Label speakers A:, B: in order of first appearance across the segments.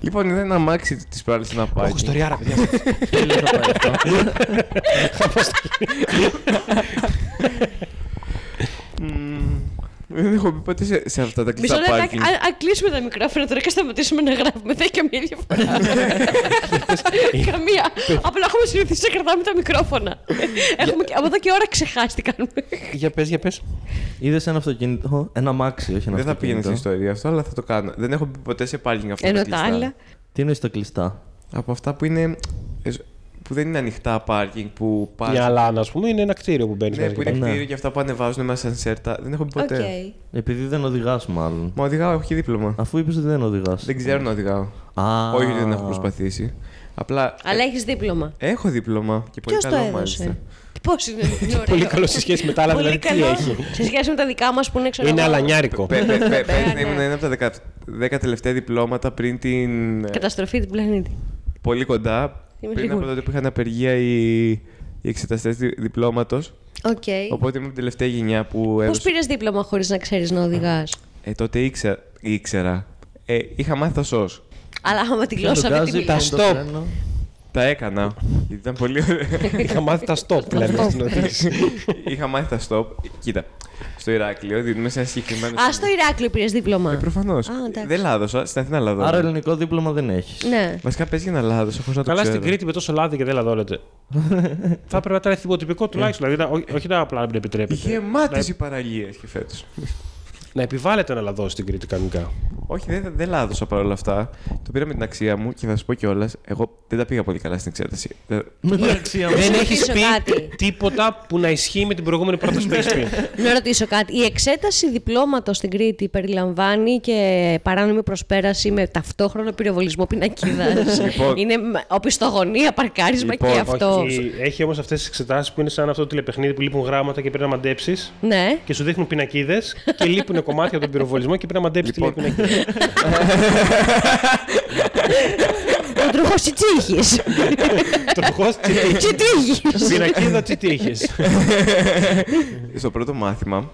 A: Λοιπόν, είδα ένα αμάξι της προάλλη να πάει.
B: Έχω ιστορία, ρε παιδιά.
C: Τέλειος θα πάει αυτό.
A: Μμμ. Δεν έχω πει ποτέ σε, σε αυτά τα
D: Μισό
A: κλειστά
D: λεπτό, αν
A: πάρκινγκ.
D: αν κλείσουμε τα μικρόφωνα τώρα και σταματήσουμε να γράφουμε, δεν έχει καμία διαφορά. καμία. Απλά έχουμε συνηθίσει να κρατάμε τα μικρόφωνα. έχουμε, και- από εδώ και ώρα ξεχάσει τι κάνουμε.
B: Για πες, για πες.
C: Είδες ένα αυτοκίνητο, ένα μάξι, όχι ένα
A: Δεν θα πήγαινε
C: αυτοκίνητο.
A: στην ιστορία αυτό, αλλά θα το κάνω. Δεν έχω πει ποτέ σε πάρκινγκ αυτά
D: Ενώ τα
A: κλειστά.
D: άλλα.
C: Τι εννοείς το κλειστά.
A: Από αυτά που είναι. ε, που δεν είναι ανοιχτά πάρκινγκ, που πας-
B: Η Αλάνα, ας πούμε, είναι ένα κτίριο που μπαίνεις
A: Ναι,
B: μέσα.
A: που
B: και
A: είναι
B: πας.
C: Ναι.
A: κτίριο και αυτά που ανεβάζουν με ασανσέρτα. Δεν έχω πει
D: Οκ.
A: ποτέ.
C: Επειδή δεν οδηγάς, μάλλον.
A: Μα οδηγάω, έχω και δίπλωμα.
C: Αφού είπες ότι δεν οδηγάς.
A: Δεν ξέρω να οδηγάω.
C: Α,
A: Όχι ότι δεν έχω προσπαθήσει. Απλά.
D: Αλλά έχεις δίπλωμα.
A: ε, Έχω δίπλωμα και πολύ
D: Ποιος το
A: καλό
D: έδωσε.
A: μάλιστα.
D: Πώς είναι. είναι ωραίο.
B: Πολύ καλό σε σχέση με τα άλλα,
D: Πολύ
B: δηλαδή τι
D: καλό
B: έχει.
D: Σε σχέση με τα δικά μας που είναι ξέρω.
B: Είναι
D: εγώ,
B: αλανιάρικο.
A: Πε- πε- πε- Πέρυσι
D: ναι.
A: ήμουν ένα από τα δεκα- δέκα τελευταία διπλώματα πριν την. ε,
D: Καταστροφή του πλανήτη.
A: Πολύ κοντά.
D: Είμαι
A: Πριν από
D: σίγουρη.
A: τότε που είχαν απεργία οι, οι εξεταστές διπλώματος.
D: Οκ.
A: Οπότε ήμουν την τελευταία γενιά που
D: Πώς
A: έδωσε.
D: πήρες δίπλωμα χωρίς να ξέρεις να οδηγάς.
A: Ε, τότε ήξερα. ήξερα. Ε, είχα μάθει τα σως.
D: Αλλά άμα τη
C: Δεν
D: γλώσσα
C: τον
D: δεν
C: βγάζει,
D: την
B: τα
D: μιλάς.
C: δεν το
B: stop.
C: φρένο.
A: Τα έκανα. Γιατί ήταν πολύ ωραία.
B: Είχα μάθει τα stop, δηλαδή, στην οδήγηση.
A: είχα μάθει τα stop. Κοίτα. Στο Ηράκλειο δίνουμε σε ένα συγκεκριμένο.
D: Α, στο Ηράκλειο πήρες δίπλωμα.
A: Προφανώς.
D: Α, εντάξει.
A: Δεν λάδωσα. Στην Αθήνα λάδωσα.
C: Άρα ελληνικό δίπλωμα δεν έχεις.
D: Ναι.
A: Βασικά πες για να λάδωσα χωρίς να το
B: Καλά
A: ξέρω.
B: στην Κρήτη με τόσο λάδι και δεν λαδώνεται. Θα έπρεπε να ήταν εθιμοτυπικό τουλάχιστον. Δηλαδή, να- ό- όχι να απλά να μην
A: Ε. Είχε
B: επιτρέπεται.
A: γεμάτες οι παραλίες και φέτος.
B: Να επιβάλλεται να λαδώσει στην Κρήτη κανονικά.
A: Όχι, δεν, δεν λάδωσα παρόλα αυτά. Το πήρα με την αξία μου και θα σα πω κιόλας. Εγώ δεν τα πήγα πολύ καλά στην εξέταση. Ε,
C: Με την αξία μου.
B: Δεν
D: ρωτήσω
B: έχει
D: κάτι.
B: πει τίποτα που να ισχύει με την προηγούμενη πρόταση που έχεις πει.
D: Να ρωτήσω κάτι. Η εξέταση διπλώματος στην Κρήτη περιλαμβάνει και παράνομη προσπέραση με ταυτόχρονο πυροβολισμό πινακίδας.
A: Λοιπόν.
D: είναι με- οπισθογωνία, παρκάρισμα
A: Λοιπόν,
D: και αυτό.
B: Όχι, έχει όμως αυτές τις εξετάσεις που είναι σαν αυτό το τηλεπαιχνίδι που λείπουν γράμματα και πρέπει να μαντέψεις.
D: Ναι.
B: Και σου δείχνουν πινακίδες και λείπουν κομμάτια από τον πυροβολισμό και πρέπει να μαντέψει τι λέει η
A: Λοιπόν.
B: πινακίδα.
D: Ο τροχός τη τύχη.
B: Τροχό
D: Τι τύχη.
B: Πινακίδα τι τύχε.
A: στο πρώτο μάθημα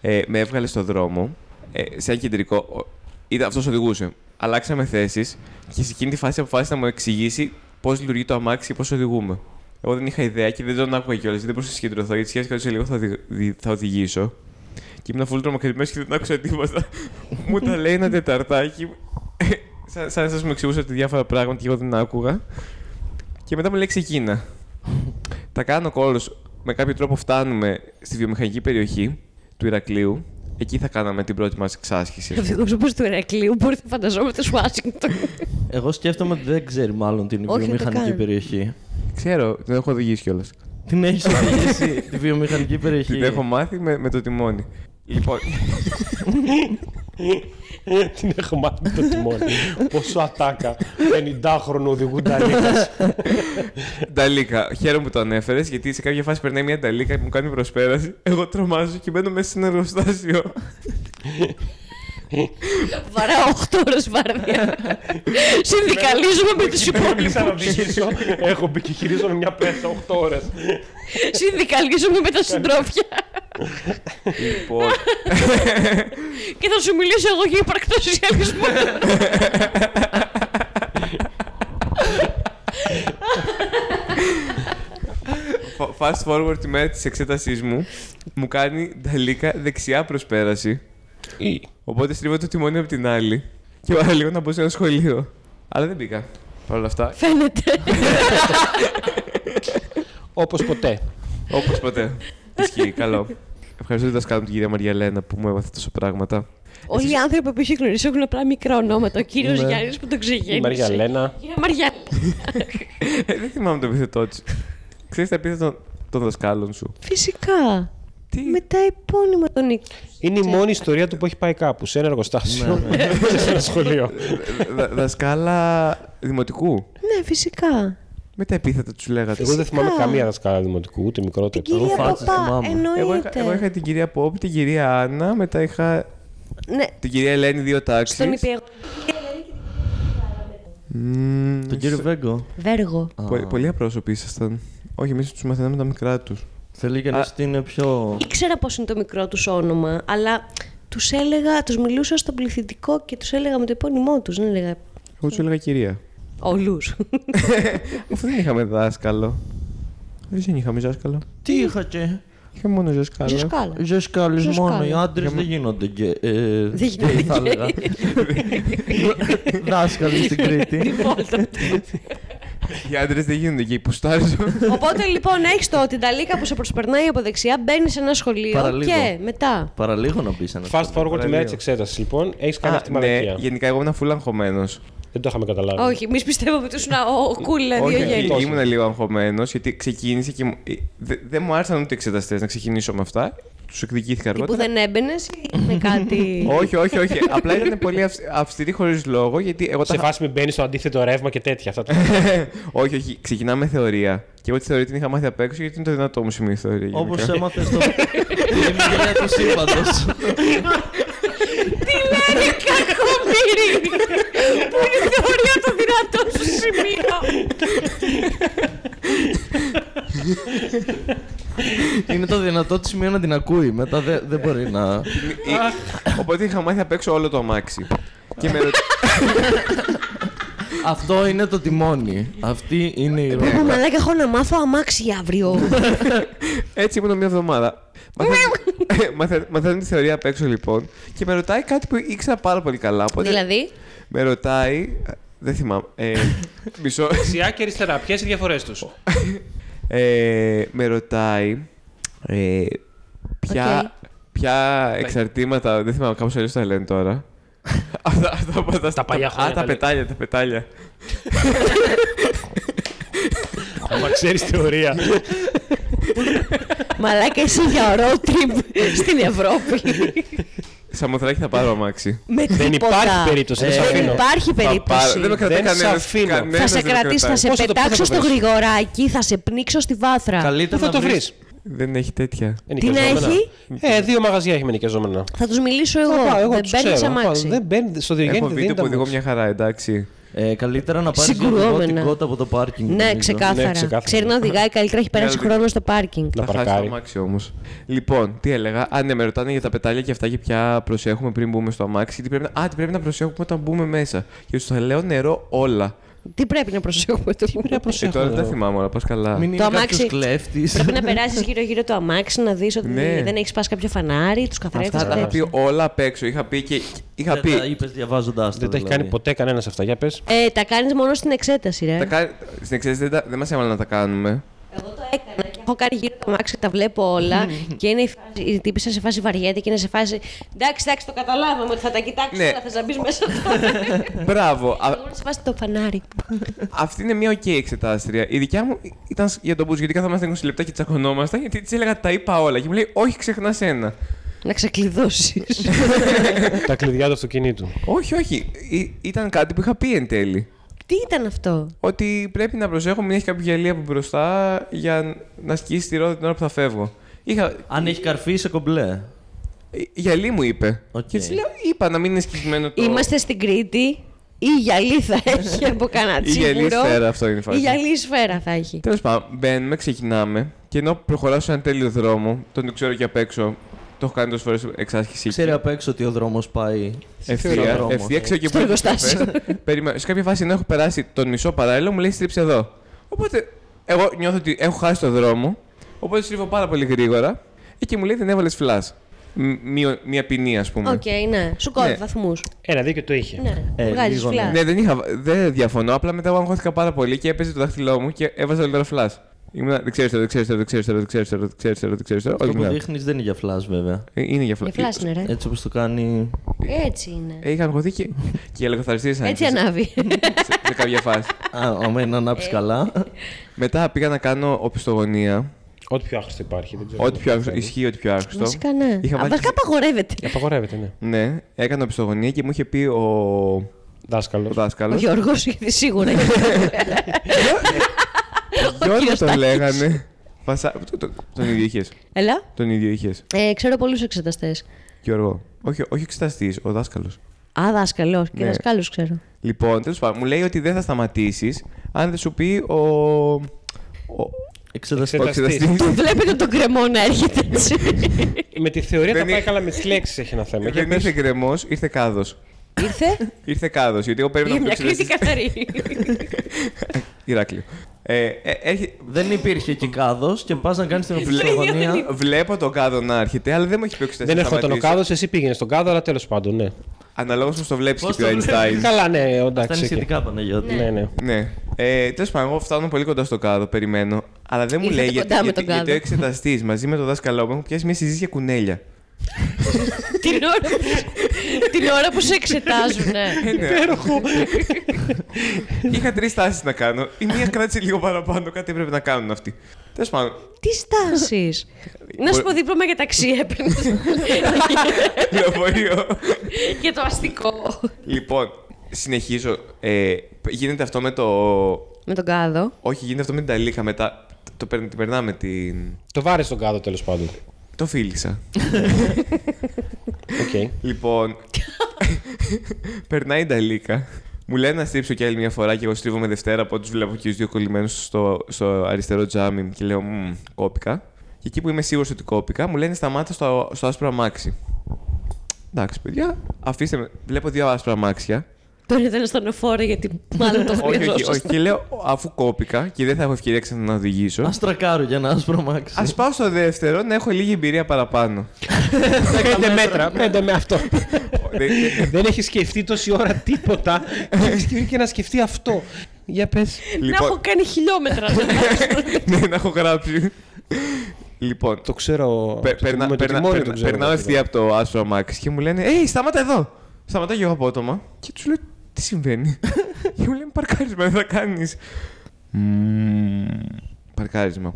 A: ε, με έβγαλε στον δρόμο ε, σε ένα κεντρικό. Ο- Ήταν αυτός οδηγούσε. Αλλάξαμε θέσεις και σε εκείνη τη φάση αποφάσισε να μου εξηγήσει πώς λειτουργεί το αμάξι και πώς οδηγούμε. Εγώ δεν είχα ιδέα και δεν τον άκουγα κιόλας. Δεν μπορούσα να συγκεντρωθώ γιατί σκέφτηκα ότι σε λίγο θα, οδη- δι- θα οδηγήσω. Και ήμουν φούλτρο μακρυμμένο και δεν άκουσα τίποτα. μου τα λέει ένα τεταρτάκι. Ε, σαν, σαν να σας μου εξηγούσε ότι διάφορα πράγματα και εγώ δεν άκουγα. Και μετά μου λέει ξεκίνα. Τα κάνω κόλλους. Με κάποιο τρόπο φτάνουμε στη βιομηχανική περιοχή του Ηρακλείου. Εκεί θα κάναμε την πρώτη μας εξάσκηση.
D: Οδηγό όπω του Ερακλείου, μπορείτε να φανταζόμαστε στο Ουάσιγκτον.
C: Εγώ σκέφτομαι ότι δεν ξέρει μάλλον
D: Όχι,
C: την
D: δεν το
C: βιομηχανική
D: κάνει.
C: περιοχή.
A: Ξέρω, την έχω οδηγήσει κιόλας.
C: Την έχεις οδηγήσει τη βιομηχανική περιοχή.
A: Την έχω μάθει με, με το τιμόνι. Λοιπόν,
B: Την έχω μάθει με το τιμόνι. Πόσο ατάκα. 50χρονο οδηγούν τα
A: Νταλίκα, χαίρομαι που το ανέφερες, γιατί σε κάποια φάση περνάει μια Νταλίκα και μου κάνει προσπέραση. Εγώ τρομάζω και μπαίνω μέσα σε ένα εργοστάσιο.
D: Βαρά 8 ώρες βάρδια. Συνδικαλίζουμε με τους
B: Υπόλοιπα να
D: υπόλοιπου.
B: οδηγήσω. Έχω μπει και χειρίζομαι μια πρέσα 8 ώρε.
D: Συνδικαλίζουμε με τα συντρόφια.
A: λοιπόν,
D: Και θα σου μιλήσω εγώ για υπαρκτό σοσιαλισμό.
A: fa- fast forward τη μέρα της εξέτασής μου, μου κάνει Νταλίκα δεξιά προσπέραση. Οπότε στρίβω το τιμόνι από την άλλη και πάρα λίγο να μπω σε ένα σχολείο. Αλλά δεν μπήκα. Παρ' όλα αυτά,
D: Φαίνεται.
B: Όπως ποτέ.
A: όπως ποτέ. Ισχύει, καλό. Ευχαριστώ την δασκάλα μου την κυρία Μαριαλένα που μου έμαθε τόσα πράγματα.
D: Όλοι οι άνθρωποι που έχει γνωρίσει έχουν απλά μικρά ονόματα. Ο κύριος
C: Ναι.
D: Γιάννης που τον ξεγέννησε.
B: Η Μαριά Λένα.
D: Κυρία Μαριά.
A: Ε, δεν θυμάμαι το επίθετό της. Ξέρεις τα επίθετα των- των δασκάλων σου.
D: Φυσικά.
A: Τι.
D: Με τα επώνυμα των Νίκη.
B: Είναι η μόνη ιστορία του που έχει πάει κάπου, σε ένα εργοστάσιο.
D: Ναι,
B: και σε ένα σχολείο.
A: Δα- δα- δασκάλα δημοτικού.
D: Ναι, φυσικά.
A: Με τα επίθετα τους λέγατε.
B: Εγώ δεν θυμάμαι
D: Φυσικά.
B: καμία δασκάλα δημοτικού, ούτε μικρό ούτε
D: Την κυρία
B: μικρό.
C: φάτσες
D: Παπά.
C: θυμάμαι.
A: Εγώ είχα,
D: Εννοείται.
A: εγώ είχα την κυρία Πόπ, την κυρία Άννα, μετά είχα
D: Ναι,
A: την κυρία Ελένη δύο
D: στον
A: τάξει.
D: υπηαγωγό.
C: Τον κύριο Βέγκο.
D: Βέργο.
A: Πολύ απρόσωποι ήσασταν. Όχι, εμείς τους μαθαίναμε τα μικρά τους.
C: Θέλει κανεί
A: Α.
C: ότι είναι πιο.
D: Ήξερα πώς είναι το μικρό τους όνομα, αλλά τους έλεγα, τους μιλούσα στον πληθυντικό και τους έλεγα με το επώνυμό τους. Δεν έλεγα
A: Εγώ τους έλεγα κυρία.
D: Όλους.
A: Αφού δεν είχαμε δάσκαλο. Δεν είχαμε δάσκαλο.
C: Τι είχα και.
A: Είχαμε μόνο δάσκαλο.
D: Ζεσκάλα.
C: Ζεσκάλε
D: Ζεσκάλες.
C: μόνο. Οι άντρες
A: Για μέ-
C: δεν γίνονται γκέ. ε,
D: Δεν γίνονται
C: γκέι, θα
D: γκέι.
C: έλεγα. Δάσκαλοι στην Κρήτη.
A: Οι άντρες δεν γίνονται και υποστάζω.
D: Οπότε λοιπόν έχεις το την ταλίκα που σε προσπερνάει από δεξιά, μπαίνεις σε ένα σχολείο
C: Παραλίγο.
D: και μετά.
C: Παραλίγο να πεις ένα.
B: Fast forward τη μέρα
A: Παραλίγο.
B: τη εξέταση, λοιπόν. Έχεις κάνει
A: Α,
B: αυτή τη
A: ναι,
B: μαλακία.
A: γενικά εγώ ήμουν φούλα αγχωμένος.
B: Δεν το είχαμε καταλάβει.
D: Όχι, εμείς πιστεύαμε ότι ήσουν ο κούλα δύο
A: Όχι,
D: γέννη.
B: γέννητος.
A: ήμουν λίγο αγχωμένος γιατί ξεκίνησε και. μου- ε, δε- Δεν μου άρεσαν ούτε εξεταστές να ξεκινήσω με αυτά. Τους εκδικήθηκα
D: Τι που
A: αργότερα.
D: δεν έμπαινες ή με κάτι.
A: Όχι, όχι, όχι. Απλά ήταν πολύ αυσ- αυστηρή χωρίς λόγο γιατί εγώ τα
B: Σε
A: είχα
B: φάση μην μπαίνεις στο αντίθετο ρεύμα και τέτοια. Αυτά τα...
A: όχι, όχι. Ξεκινάμε θεωρία. Και εγώ τη θεωρία την είχα μάθει απ' έξω γιατί είναι το δυνατό μου σημείο η θεωρία.
C: Όπω
A: γενικά.
C: έμαθες το. Η μηγενία του σύμπαντος.
D: Τι λένε κακομοίρι! Πού είναι η θεωρία το δυνατό σου σημείο!
C: Είναι το δυνατό της σημείο να την ακούει. Μετά δε- δεν μπορεί να.
A: Ε, Οπότε είχα μάθει απ' έξω όλο το αμάξι. και με ρω-
C: Αυτό είναι το τιμόνι. Αυτή είναι
D: Ε,
C: η ρόδα.
D: Μαλάκα, έχω να μάθω αμάξι για αύριο.
A: Έτσι ήμουν μια εβδομάδα. Μαθαίνω- Μαθα- Μαθαίνω τη θεωρία απ' έξω λοιπόν και με ρωτάει κάτι που ήξερα πάρα πολύ καλά. Οπότε
D: δηλαδή,
A: με ρωτάει. Δεν θυμάμαι. Ε, μισό.
B: Δεξιά και αριστερά, ποιες οι διαφορές τους.
A: Ε, με ρωτάει ε, ποια, ποια εξαρτήματα. Δεν θυμάμαι, κάπως αλλιώς τα λένε τώρα. αυτά, αυτά, που
B: Τα παλιά
A: Α,
B: χρόνια
A: τα
B: τα
A: πετάλια, τα πετάλια.
B: Μα ξέρεις θεωρία.
D: μαλάκα είσαι για road trip στην Ευρώπη.
A: Σαμοθράκι θα πάρω αμάξι.
D: με τίποτα.
B: Δεν υπάρχει περίπτωση. Δεν
C: Ε,
B: σε
D: Δεν
B: αφήνω.
D: υπάρχει
A: Θα πάρω. Δεν με
D: περίπτωση.
A: κρατάει
B: Δεν σε
A: κανένας,
B: αφήνω.
A: κανένας
D: Θα σε
A: δεν με
D: κρατήσει, θα
A: κρατάει.
D: σε
B: Πώς θα το- πώς
D: πετάξω
B: θα
D: στο
B: το βρεις?
D: γρηγοράκι, θα σε πνίξω στη βάθρα.
B: Πού
C: Καλύτερα
B: θα το
C: βρεις-
B: βρεις.
A: Δεν έχει τέτοια.
D: Τι να έχει?
B: Ε, δύο μαγαζιά έχει με νοικιαζόμενα.
D: Θα τους μιλήσω εγώ.
B: Θα πάω,
D: δεν
B: τους
D: παίρνει
B: ξέρω.
D: αμάξι.
B: Δεν μπαίνεις στο
A: Έχω
B: διογέννη.
A: βίντεο που οδηγώ μια χαρά, εντάξει.
C: Ε, καλύτερα να πάρεις
D: Συγκρουόμενα.
C: την κότα από το πάρκινγκ.
D: Ναι,
C: νομίζω.
B: Ναι,
D: ξεκάθαρα.
B: ξεκάθαρα.
D: Ξέρει να οδηγάει καλύτερα, έχει περάσει
A: Ναι,
D: χρόνος στο πάρκινγκ.
B: Να
A: θα χάσει το
B: παρκάρει.
A: αμάξι όμως. Λοιπόν, τι έλεγα. Αν ναι, με ρωτάνε για τα πετάλια και αυτά και πια προσέχουμε πριν μπούμε στο αμάξι. και Τι πρέπει να... Α, τι πρέπει να προσέχουμε όταν μπούμε μέσα. Και σου θα λέω νερό όλα.
D: Τι πρέπει να προσέχουμε το
B: Πρέπει να
A: Ε, τώρα
B: προσέχουμε.
A: δεν τα
B: εδώ.
A: θυμάμαι όλα, πας καλά.
C: Μην είναι κάποιο
D: αμάξι-
C: κλέφτης.
D: Πρέπει να περάσεις γύρω-γύρω το αμάξι, να δεις ότι
A: Ναι.
D: δεν έχεις σπάσει κάποιο φανάρι, τους καθαρέφτε.
A: Αυτά τα είχα πει όλα απ' έξω. Είχα πει και. Είχα
C: Δεν τα
A: πει.
C: είπες διαβάζοντάς τα.
B: Δεν τα έχει κάνει ποτέ κανένας αυτά. Για πες.
D: Ε, τα κάνεις μόνο στην εξέταση, ρε.
A: Τα κα- Στην εξαίρεση δεν, τα... δεν μας έβαλαν να τα κάνουμε.
D: Εγώ το έκανα και έχω κάνει γύρω το αμάξι, τα βλέπω όλα. και είναι η, φάση, η τύπησα σε φάση βαριέται και είναι σε φάση. Εντάξει, εντάξει, το καταλάβαμε ότι θα τα κοιτάξεις,
A: Ναι.
D: αλλά θα μπει μέσα τώρα.
A: Μπράβο. Α-
D: Εγώ είναι σε φάση το φανάρι.
A: Αυτή είναι μια οκ εξετάστρια. Η δικιά μου ήταν σ- για τον Μπούτσο, γιατί καθόμαστε 20 λεπτά και τσακωνόμασταν, γιατί της έλεγα τα είπα όλα. Και μου λέει, Όχι, ξεχνάς ένα.
D: να ξεκλειδώσεις.
B: Τα κλειδιά του αυτοκινήτου.
A: Όχι, όχι. Ή- ήταν κάτι που είχα πει εν τέλει.
D: Τι ήταν αυτό.
A: Ότι πρέπει να προσέχω μην έχει κάποιο γυαλί από μπροστά για να σκίσει τη ρόδα την ώρα που θα φεύγω. Είχα...
C: Αν έχει καρφί, είσαι κομπλέ.
A: ε, Γυαλί μου είπε.
C: Οκ.
A: Και τη λέω, είπα να μην είναι σκισμένο το.
D: Είμαστε στην Κρήτη. Η γυαλί θα έχει από κανένα
A: Η γυαλή
D: τσίπουρο.
A: σφαίρα, αυτό είναι η φάση.
D: Η γυαλή σφαίρα θα έχει.
A: Τέλος πάντων, μπαίνουμε, ξεκινάμε. Και ενώ προχωράω σε έναν τέλειο δρόμο, τον ξέρω και απ' έξω. Το έχω κάνει τόσες φορές εξάσκηση.
C: Ξέρει απ' έξω ότι ο δρόμος πάει.
A: Ευθεία,
C: δρόμο.
A: ευθεία ξέρω και
D: Στο
A: πού είναι το
D: εργοστάσιο.
A: καφές. Περίμενα. Σε κάποια φάση, ενώ έχω περάσει τον μισό παράλληλο, μου λέει στρίψε εδώ. Οπότε, εγώ νιώθω ότι έχω χάσει τον δρόμο. Οπότε στρίβω πάρα πολύ γρήγορα. Ε, Και μου λέει δεν έβαλες φλα. Μία ποινή, ας πούμε.
D: Οκ, ναι. Σου κόβει
A: Ναι.
D: βαθμούς.
B: Ένα δίκιο το είχε.
D: Ναι.
C: Ε,
D: Βγάζεις
C: λίγο,
D: φλα.
C: ναι.
A: Ναι, δεν, είχα, δεν διαφωνώ. Απλά μετά αγχώθηκα πάρα πολύ και έπαιζε το δάχτυλό μου και έβαζα όλη ώρα φλα. Ήμουν, δεν ξέρεις τώρα, δεν ξέρεις τώρα, δεν ξέρεις τώρα, δεν ξέρεις τώρα, δεν ξέρεις τώρα, δεν ξέρεις τώρα.
C: Αυτό
A: Όχι,
C: που
A: μιλάω.
C: δείχνεις δεν είναι για φλα, βέβαια.
A: Ε, Είναι για
D: Για
A: φλα.
D: φλας Ναι, είναι, ρε.
C: Έτσι όπως το κάνει.
D: Έτσι είναι.
A: Ε, ναι, είχα αγχωθεί και, και οι ελεγχοθαριστές
D: Έτσι
A: άρχισαν
D: ανάβει.
A: σε, σε κάποια φάση.
C: Α, άμα είναι ανάψεις
D: Ε.
C: καλά.
A: Μετά πήγα να κάνω οπισθογωνία.
B: Ό,τι πιο άχρηστο υπάρχει. δεν ξέρω.
A: Ό,τι πιο άρχιστο. Ισχύει ό,τι πιο άρχιστο.
D: Φυσικά ναι.
A: Είχα
D: Α,
A: βάλει-
D: Βασικά απαγορεύεται.
B: Απαγορεύεται, ναι.
A: Ναι, έκανα οπισθογωνία και μου είχε πει ο, ο
B: Δάσκαλος.
D: Ο
A: δάσκαλο.
D: Γιώργος γιατί σίγουρα.
A: Ε, Γιώργο τον
D: Κωστάκης.
A: ναι. λέγανε. Βασά... το- το- Τον ίδιο είχες.
D: Ελά.
A: Τον ίδιο είχες.
D: Ε, ξέρω πολλούς εξεταστές.
A: Γιώργο. Όχι, όχι εξεταστής, ο δάσκαλος.
D: Α, δάσκαλος. Και
A: Ναι.
D: δασκάλους ξέρω.
A: Λοιπόν, τέλος πάντων, μου λέει ότι δεν θα σταματήσεις αν δεν σου πει ο. ο...
C: Εξεταστικό.
A: ο
B: Εξεταστής.
A: εξεταστής.
D: Του βλέπετε τον κρεμό να έρχεται έτσι.
B: Με τη θεωρία
A: Δεν
B: τα πάει
A: είναι-
B: καλά, με τις λέξεις έχει ένα θέμα. Για
A: δεν
B: πες.
A: ήρθε γκρεμός, ήρθε κάδος.
D: Ήρθε.
A: Ήρθε κάδος, γιατί εγώ παίρνω
D: Πήγε
A: από το
D: μια κρίτη
A: εξεταστή-
D: καθαρή.
A: Ηράκλειο. Ε, ε, έρχε-
C: Δεν υπήρχε εκεί κάδος και πας να κάνεις την
A: Βλέπω,
C: οπισθογωνία.
A: βλέπω τον κάδο να έρχεται, αλλά δεν μου έχει πει ο εξεταστής
B: Δεν
A: να
B: ερχόταν ο
A: σταματήσω.
B: κάδος, εσύ πήγαινες στον κάδο, αλλά τέλος πάντων, ναι.
A: Αναλόγως πως το βλέπεις και
C: Πώς
A: πιο
C: το βλέπεις.
A: Einstein.
B: Καλά, ναι,
C: Φτάνει
B: εντάξει. και-
C: σχετικά Παναγιώτη.
B: Ναι, ναι.
A: ναι. Ε, Τέλος πάντων, εγώ φτάνω πολύ κοντά στο κάδο, περιμένω. Αλλά δεν μου
D: Ήρθατε
A: λέει
D: κοντά
A: γιατί,
D: με
A: γιατί,
D: τον κάδο.
A: γιατί ο εξεταστής μαζί με τον δάσκαλό μου έχουν πιάσει μια συζήτηση για κουνέλια.
D: την, ώρα που, την ώρα που σε εξετάζουν.
A: Ε, ναι.
B: Υπέροχο.
A: Είχα τρεις τάσει να κάνω. Η μία κράτησε λίγο παραπάνω, κάτι έπρεπε να κάνουν αυτοί. Τέλος πάντων,
D: Τι στάσεις. να σου πω δίπλωμα για ταξί έπαιρνε.
A: λεωφορείο.
D: για το αστικό.
A: λοιπόν, συνεχίζω. Ε, γίνεται αυτό με το.
D: Με τον κάδο.
A: Όχι, γίνεται αυτό με την Ταλίκα μετά. Το, περ- την περνάμε την.
B: Το βάρες στον κάδο, τέλος πάντων.
A: Το φίλησα.
B: Οκ.
A: Λοιπόν. περνάει η Νταλίκα. Μου λέει να στρίψω κι άλλη μια φορά και εγώ στρίβω με Δευτέρα από τους βλέπω και τους δύο κολλημένους στο, στο αριστερό τζάμι μου και λέω Μμ, κόπηκα. Και εκεί που είμαι σίγουρος ότι κόπηκα, μου λένε σταμάτα στο, στο άσπρο αμάξι. Εντάξει, παιδιά, αφήστε με. Βλέπω δύο άσπρα αμάξια.
D: Τώρα ήταν στον φόρο γιατί μάλλον το
A: όχι, όχι, όχι.
D: χρειαζόσασταν.
A: Και λέω, αφού κόπηκα και δεν θα έχω ευκαιρία ξανά να οδηγήσω.
C: Ας τρακάρω για να ασπρομάξει.
A: Ας πάω στο δεύτερο να έχω λίγη εμπειρία παραπάνω.
B: Πέντε μέτρα, πέντε με αυτό.
A: Δεν- δεν-
B: Δεν έχεις σκεφτεί τόση ώρα τίποτα και έχεις σκεφτεί και να σκεφτεί αυτό. Για πες.
A: λοιπόν.
D: Να έχω κάνει χιλιόμετρα.
A: ναι, να έχω γράψει. λοιπόν,
B: Το ξέρω.
A: πε-
B: το-
A: περνα-
B: με το
A: περνα-
B: τιμόνι
A: περνα-
B: το ξέρω.
A: περνάω ευθεία από το άσπρο αμάξι και μου λένε Ει, σταμάτα εδώ! Σταματάω και εγώ απότομα και τους λέω Τι συμβαίνει. και μου λένε Παρκάρισμα, δεν θα κάνεις. Παρκάρισμα.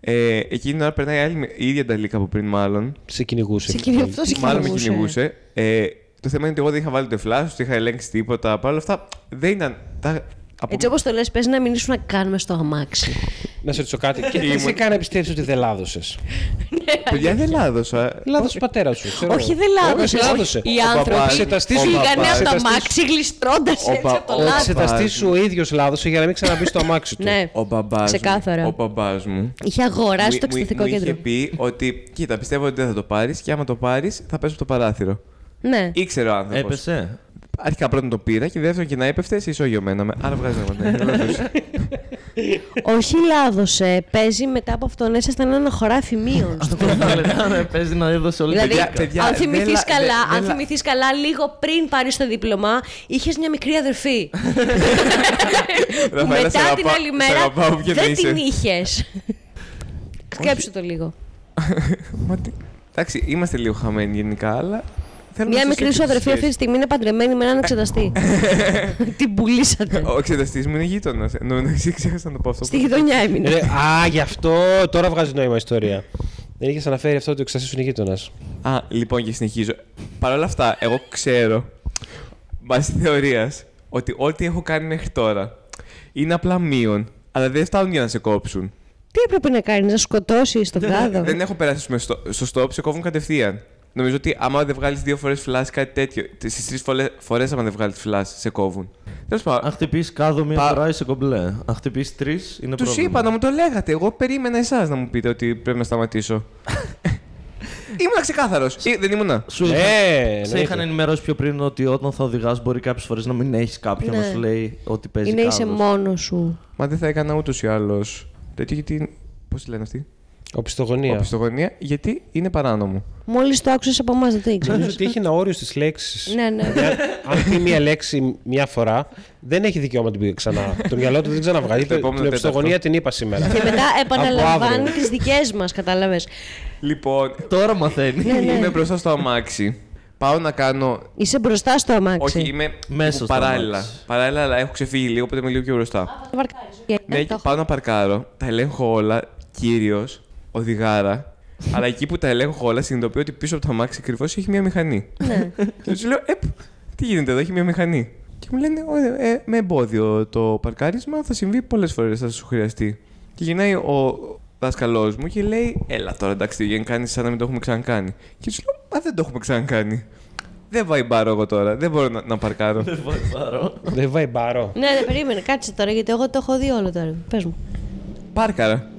A: Ε, εκείνη την ώρα περνάει άλλη- η ίδια Νταλίκα από πριν, μάλλον.
B: Σε κυνηγούσε.
D: Σε κοινή- αυτό σε
A: Μάλλον με
D: κυνηγούσε.
A: κυνηγούσε. Ε, το θέμα είναι ότι εγώ δεν είχα βάλει το φλάσ, δεν είχα ελέγξει τίποτα. Παρ' όλα αυτά δεν ήταν. Τα... από-
D: Έτσι όπως το λες, πες να μην ήσουν να κάνουμε στο αμάξι.
B: Να σε ρωτήσω κάτι. Και τι
A: Ήμουν-
B: σε κάνει να πιστέψει ότι δεν λάδωσες.
A: Παιδιά δεν λάδωσα.
B: Λάδωσε ο πατέρας σου. ξέρω
D: Όχι,
B: εγώ.
D: δεν λάδωσε.
B: Όχι,
D: όχι.
B: λάδωσε.
D: Οι
A: Ο παπάς-
D: άνθρωποι
B: εξεταστής-
D: φύγανε
A: ο
D: από το
B: παπάς-
D: αμάξι γλιστρώντα έτσι
A: Ο πα-
D: από το
A: ο
B: Ο
D: λάδι.
B: εξεταστή σου ο ίδιος λάδωσε για να μην ξαναμπείς στο αμάξι του.
D: Ναι,
A: Ο μπαμπάς
D: ξεκάθαρα.
A: Μου, ο μπαμπάς μου.
D: Είχε αγοράσει
A: μου-
D: το
A: μου-
D: εξεταστικό
A: μου είχε
D: κέντρο.
A: πει ότι κοίτα, πιστεύω ότι δεν θα το πάρεις και άμα το πάρεις θα πέσω από το παράθυρο.
D: Ναι.
A: Ήξερε ο άνθρωπος.
C: Έπεσε.
A: Αρχικά πρώτον το πήρα και δεύτερον και να έπεφτε σε ισόγειο μένα με. Άρα βγάζει νόημα.
D: Όχι λάδωσε. ε, Παίζει μετά από αυτόν ήσασταν ένα χωράφι μείον.
C: Αυτό που θέλετε να παίζει να έδωσε όλη την
D: Δηλαδή,
A: Παιδιά, παιδιά,
D: αν
A: δεν
D: θυμηθεί
A: λα-
D: καλά,
A: δεν-
D: αν
A: δεν λα-
D: θυμηθείς καλά, λίγο πριν πάρεις το δίπλωμα, είχες μια μικρή αδερφή. που μετά την άλλη μέρα δεν την είχες. Σκέψου το λίγο.
A: Εντάξει, είμαστε λίγο χαμένοι γενικά, αλλά. θέλω να
D: Μια
A: σας
D: μικρή
A: σκέψω
D: σου
A: τις
D: αδερφή αυτή τη
A: σχέσεις.
D: στιγμή είναι παντρεμένη με έναν εξεταστή. την πουλήσατε.
A: Ο εξεταστής μου είναι Ε, γείτονα. Εν τω μεταξύ, ξέχασα να το πω αυτό.
D: Στη γειτονιά έμεινε.
B: Ρε, α, γι' αυτό τώρα βγάζει νόημα η ιστορία. Δεν είχες αναφέρει αυτό ότι ο εξεταστής σου είναι γείτονας.
A: Α, λοιπόν και συνεχίζω. Παρ' όλα αυτά, εγώ ξέρω βάσει θεωρίας ότι ό,τι έχω κάνει μέχρι τώρα είναι απλά μείον. Αλλά δεν φτάνουν για να σε κόψουν.
D: Τι έπρεπε να κάνεις, να σκοτώσεις τον κάδο.
A: Δεν έχω περάσει ας πούμε, στο, στο stop, σε κόβουν κατευθείαν. Νομίζω ότι άμα δεν βγάλεις δύο φορές φλάσ, κάτι τέτοιο. Στι τρεις φορές, άμα δεν βγάλεις φλάσ, σε κόβουν. Τέλος
C: Αν
A: πάντων,
C: χτυπήσεις κάδο μία
A: Πα-
C: φορά είσαι κομπλέ. Αν χτυπήσεις τρεις είναι πρόβλημα.
A: του είπα να μου το λέγατε. Εγώ περίμενα εσάς να μου πείτε ότι πρέπει να σταματήσω. ήμουνα ξεκάθαρος. Δεν ήμουνα.
C: Σου
B: Ε,
C: είχαν- Σε
A: Ναι,
B: εννοείται.
C: είχαν ενημερώσει πιο πριν ότι όταν θα οδηγάς μπορεί κάποιες φορές να μην έχεις κάποιον
D: Ναι.
C: να σου λέει ότι παίζει
D: Είναι είσαι
C: κάδος.
D: μόνος σου.
A: Μα δεν θα έκανα ούτως ή άλλως τέτοιο γιατί. Πώς τη λένε αυτή.
B: Οπισθογωνία.
A: Οπισθογωνία, γιατί είναι παράνομο.
D: Μόλις το άκουσες από εμάς, δεν το ήξερες.
B: Νομίζω ότι έχει ένα όριο στις λέξεις.
D: ναι, ναι.
B: Αν πει μία λέξη μία φορά, δεν έχει δικαίωμα να την πει ξανά. Το μυαλό του δεν ξαναβγάζει.
A: Το επόμενο
B: Την οπισθογωνία την είπα σήμερα.
D: Και μετά επαναλαμβάνει
B: αύριο.
D: τις δικές μας, κατάλαβες.
A: Λοιπόν,
C: Τώρα μαθαίνει.
D: Ναι, ναι.
A: είμαι μπροστά στο αμάξι. Πάω να κάνω.
D: Είσαι μπροστά στο αμάξι.
A: Όχι, είμαι
C: Μέσα
A: τύπου
C: στο
A: παράλληλα.
C: αμάξι.
A: Παράλληλα, αλλά έχω ξεφύγει λίγο, οπότε είμαι λίγο πιο μπροστά.
D: Βαρκάρεις. Ε,
A: Ναι,
D: δεν
A: και
D: το έχω.
A: πάω να παρκάρω. Τα ελέγχω όλα, κύριο, οδηγάρα. αλλά εκεί που τα ελέγχω όλα, συνειδητοποιώ ότι πίσω από το αμάξι ακριβώς έχει μια μηχανή.
D: Ναι.
A: και τους λέω, Επ, τι γίνεται εδώ, έχει μια μηχανή. Και μου λένε, «Ωραία, ε, με εμπόδιο το παρκάρισμα θα συμβεί πολλές φορές, θα σου χρειαστεί. Και γυρνάει ο δάσκαλός μου και λέει, Έλα τώρα εντάξει, τι βγαίνει, κάνει σαν να μην το έχουμε ξανακάνει. Και τους λέω, Μα δεν το έχουμε ξανακάνει. Δεν βαϊμπάρω εγώ τώρα, δεν μπορώ να, να παρκάρω.
C: Δεν βαρβαρώ.
B: Δεν βαϊμπάρω.
D: ναι, ναι, περίμενε, κάτσε τώρα γιατί εγώ το έχω δει όλο τώρα. Πες μου.
A: Πάρκαρα.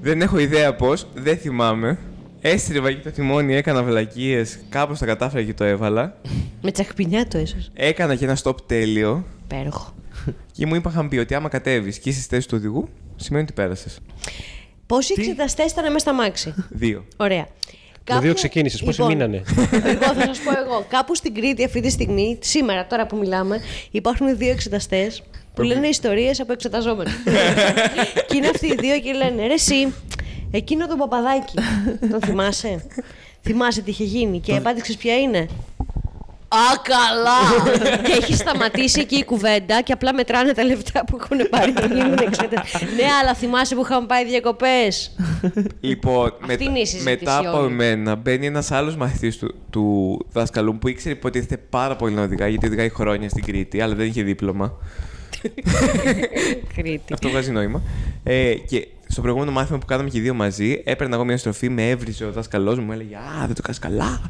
A: Δεν έχω ιδέα πώς, δεν θυμάμαι. Έστριβα εκεί το τιμόνι, έκανα βλακίες. Κάπως τα κατάφερα και το έβαλα.
D: Με τσακπινιά το έσωσε.
A: Έκανα και ένα stop τέλειο.
D: Υπέροχο.
A: Και μου είπαν, είχαν πει ότι άμα κατέβεις και είσαι στη θέση του οδηγού, σημαίνει ότι πέρασες.
D: Πόσοι εξεταστές ήταν μέσα στα μάξι.
A: Δύο.
D: Ωραία.
B: Με δύο ξεκίνησες. Πόσοι
D: Λοιπόν,
B: μείνανε.
D: Εγώ θα σας πω εγώ. Κάπου στην Κρήτη αυτή τη στιγμή, σήμερα τώρα που μιλάμε, υπάρχουν δύο εξεταστές που λένε ιστορίες από εξεταζόμενους. και είναι αυτοί οι δύο και λένε ρε εσύ, εκείνο τον παπαδάκι. τον θυμάσαι. θυμάσαι τι είχε γίνει και η απάντηση ποια είναι. Α, καλά! και έχει σταματήσει εκεί η κουβέντα και απλά μετράνε τα λεφτά που έχουν πάρει. Δεν γίνουν εξέταση. ναι, αλλά θυμάσαι που είχαμε πάει διακοπές.
A: Λοιπόν,
D: Αυτή είναι η συζήτηση
A: μετά από
D: όλη.
A: εμένα μπαίνει ένας άλλος μαθητής του, του δασκαλού μου που ήξερε υποτίθεται πάρα πολύ να οδηγάει, γιατί οδηγάει χρόνια στην Κρήτη, αλλά δεν είχε δίπλωμα.
D: Κρήτη.
A: Αυτό βγάζει νόημα. Ε, και στο προηγούμενο μάθημα που κάναμε και οι δύο μαζί, έπαιρνα εγώ μια στροφή, με έβριζε ο δάσκαλός μου, μου έλεγε Α, δεν το κάνεις καλά.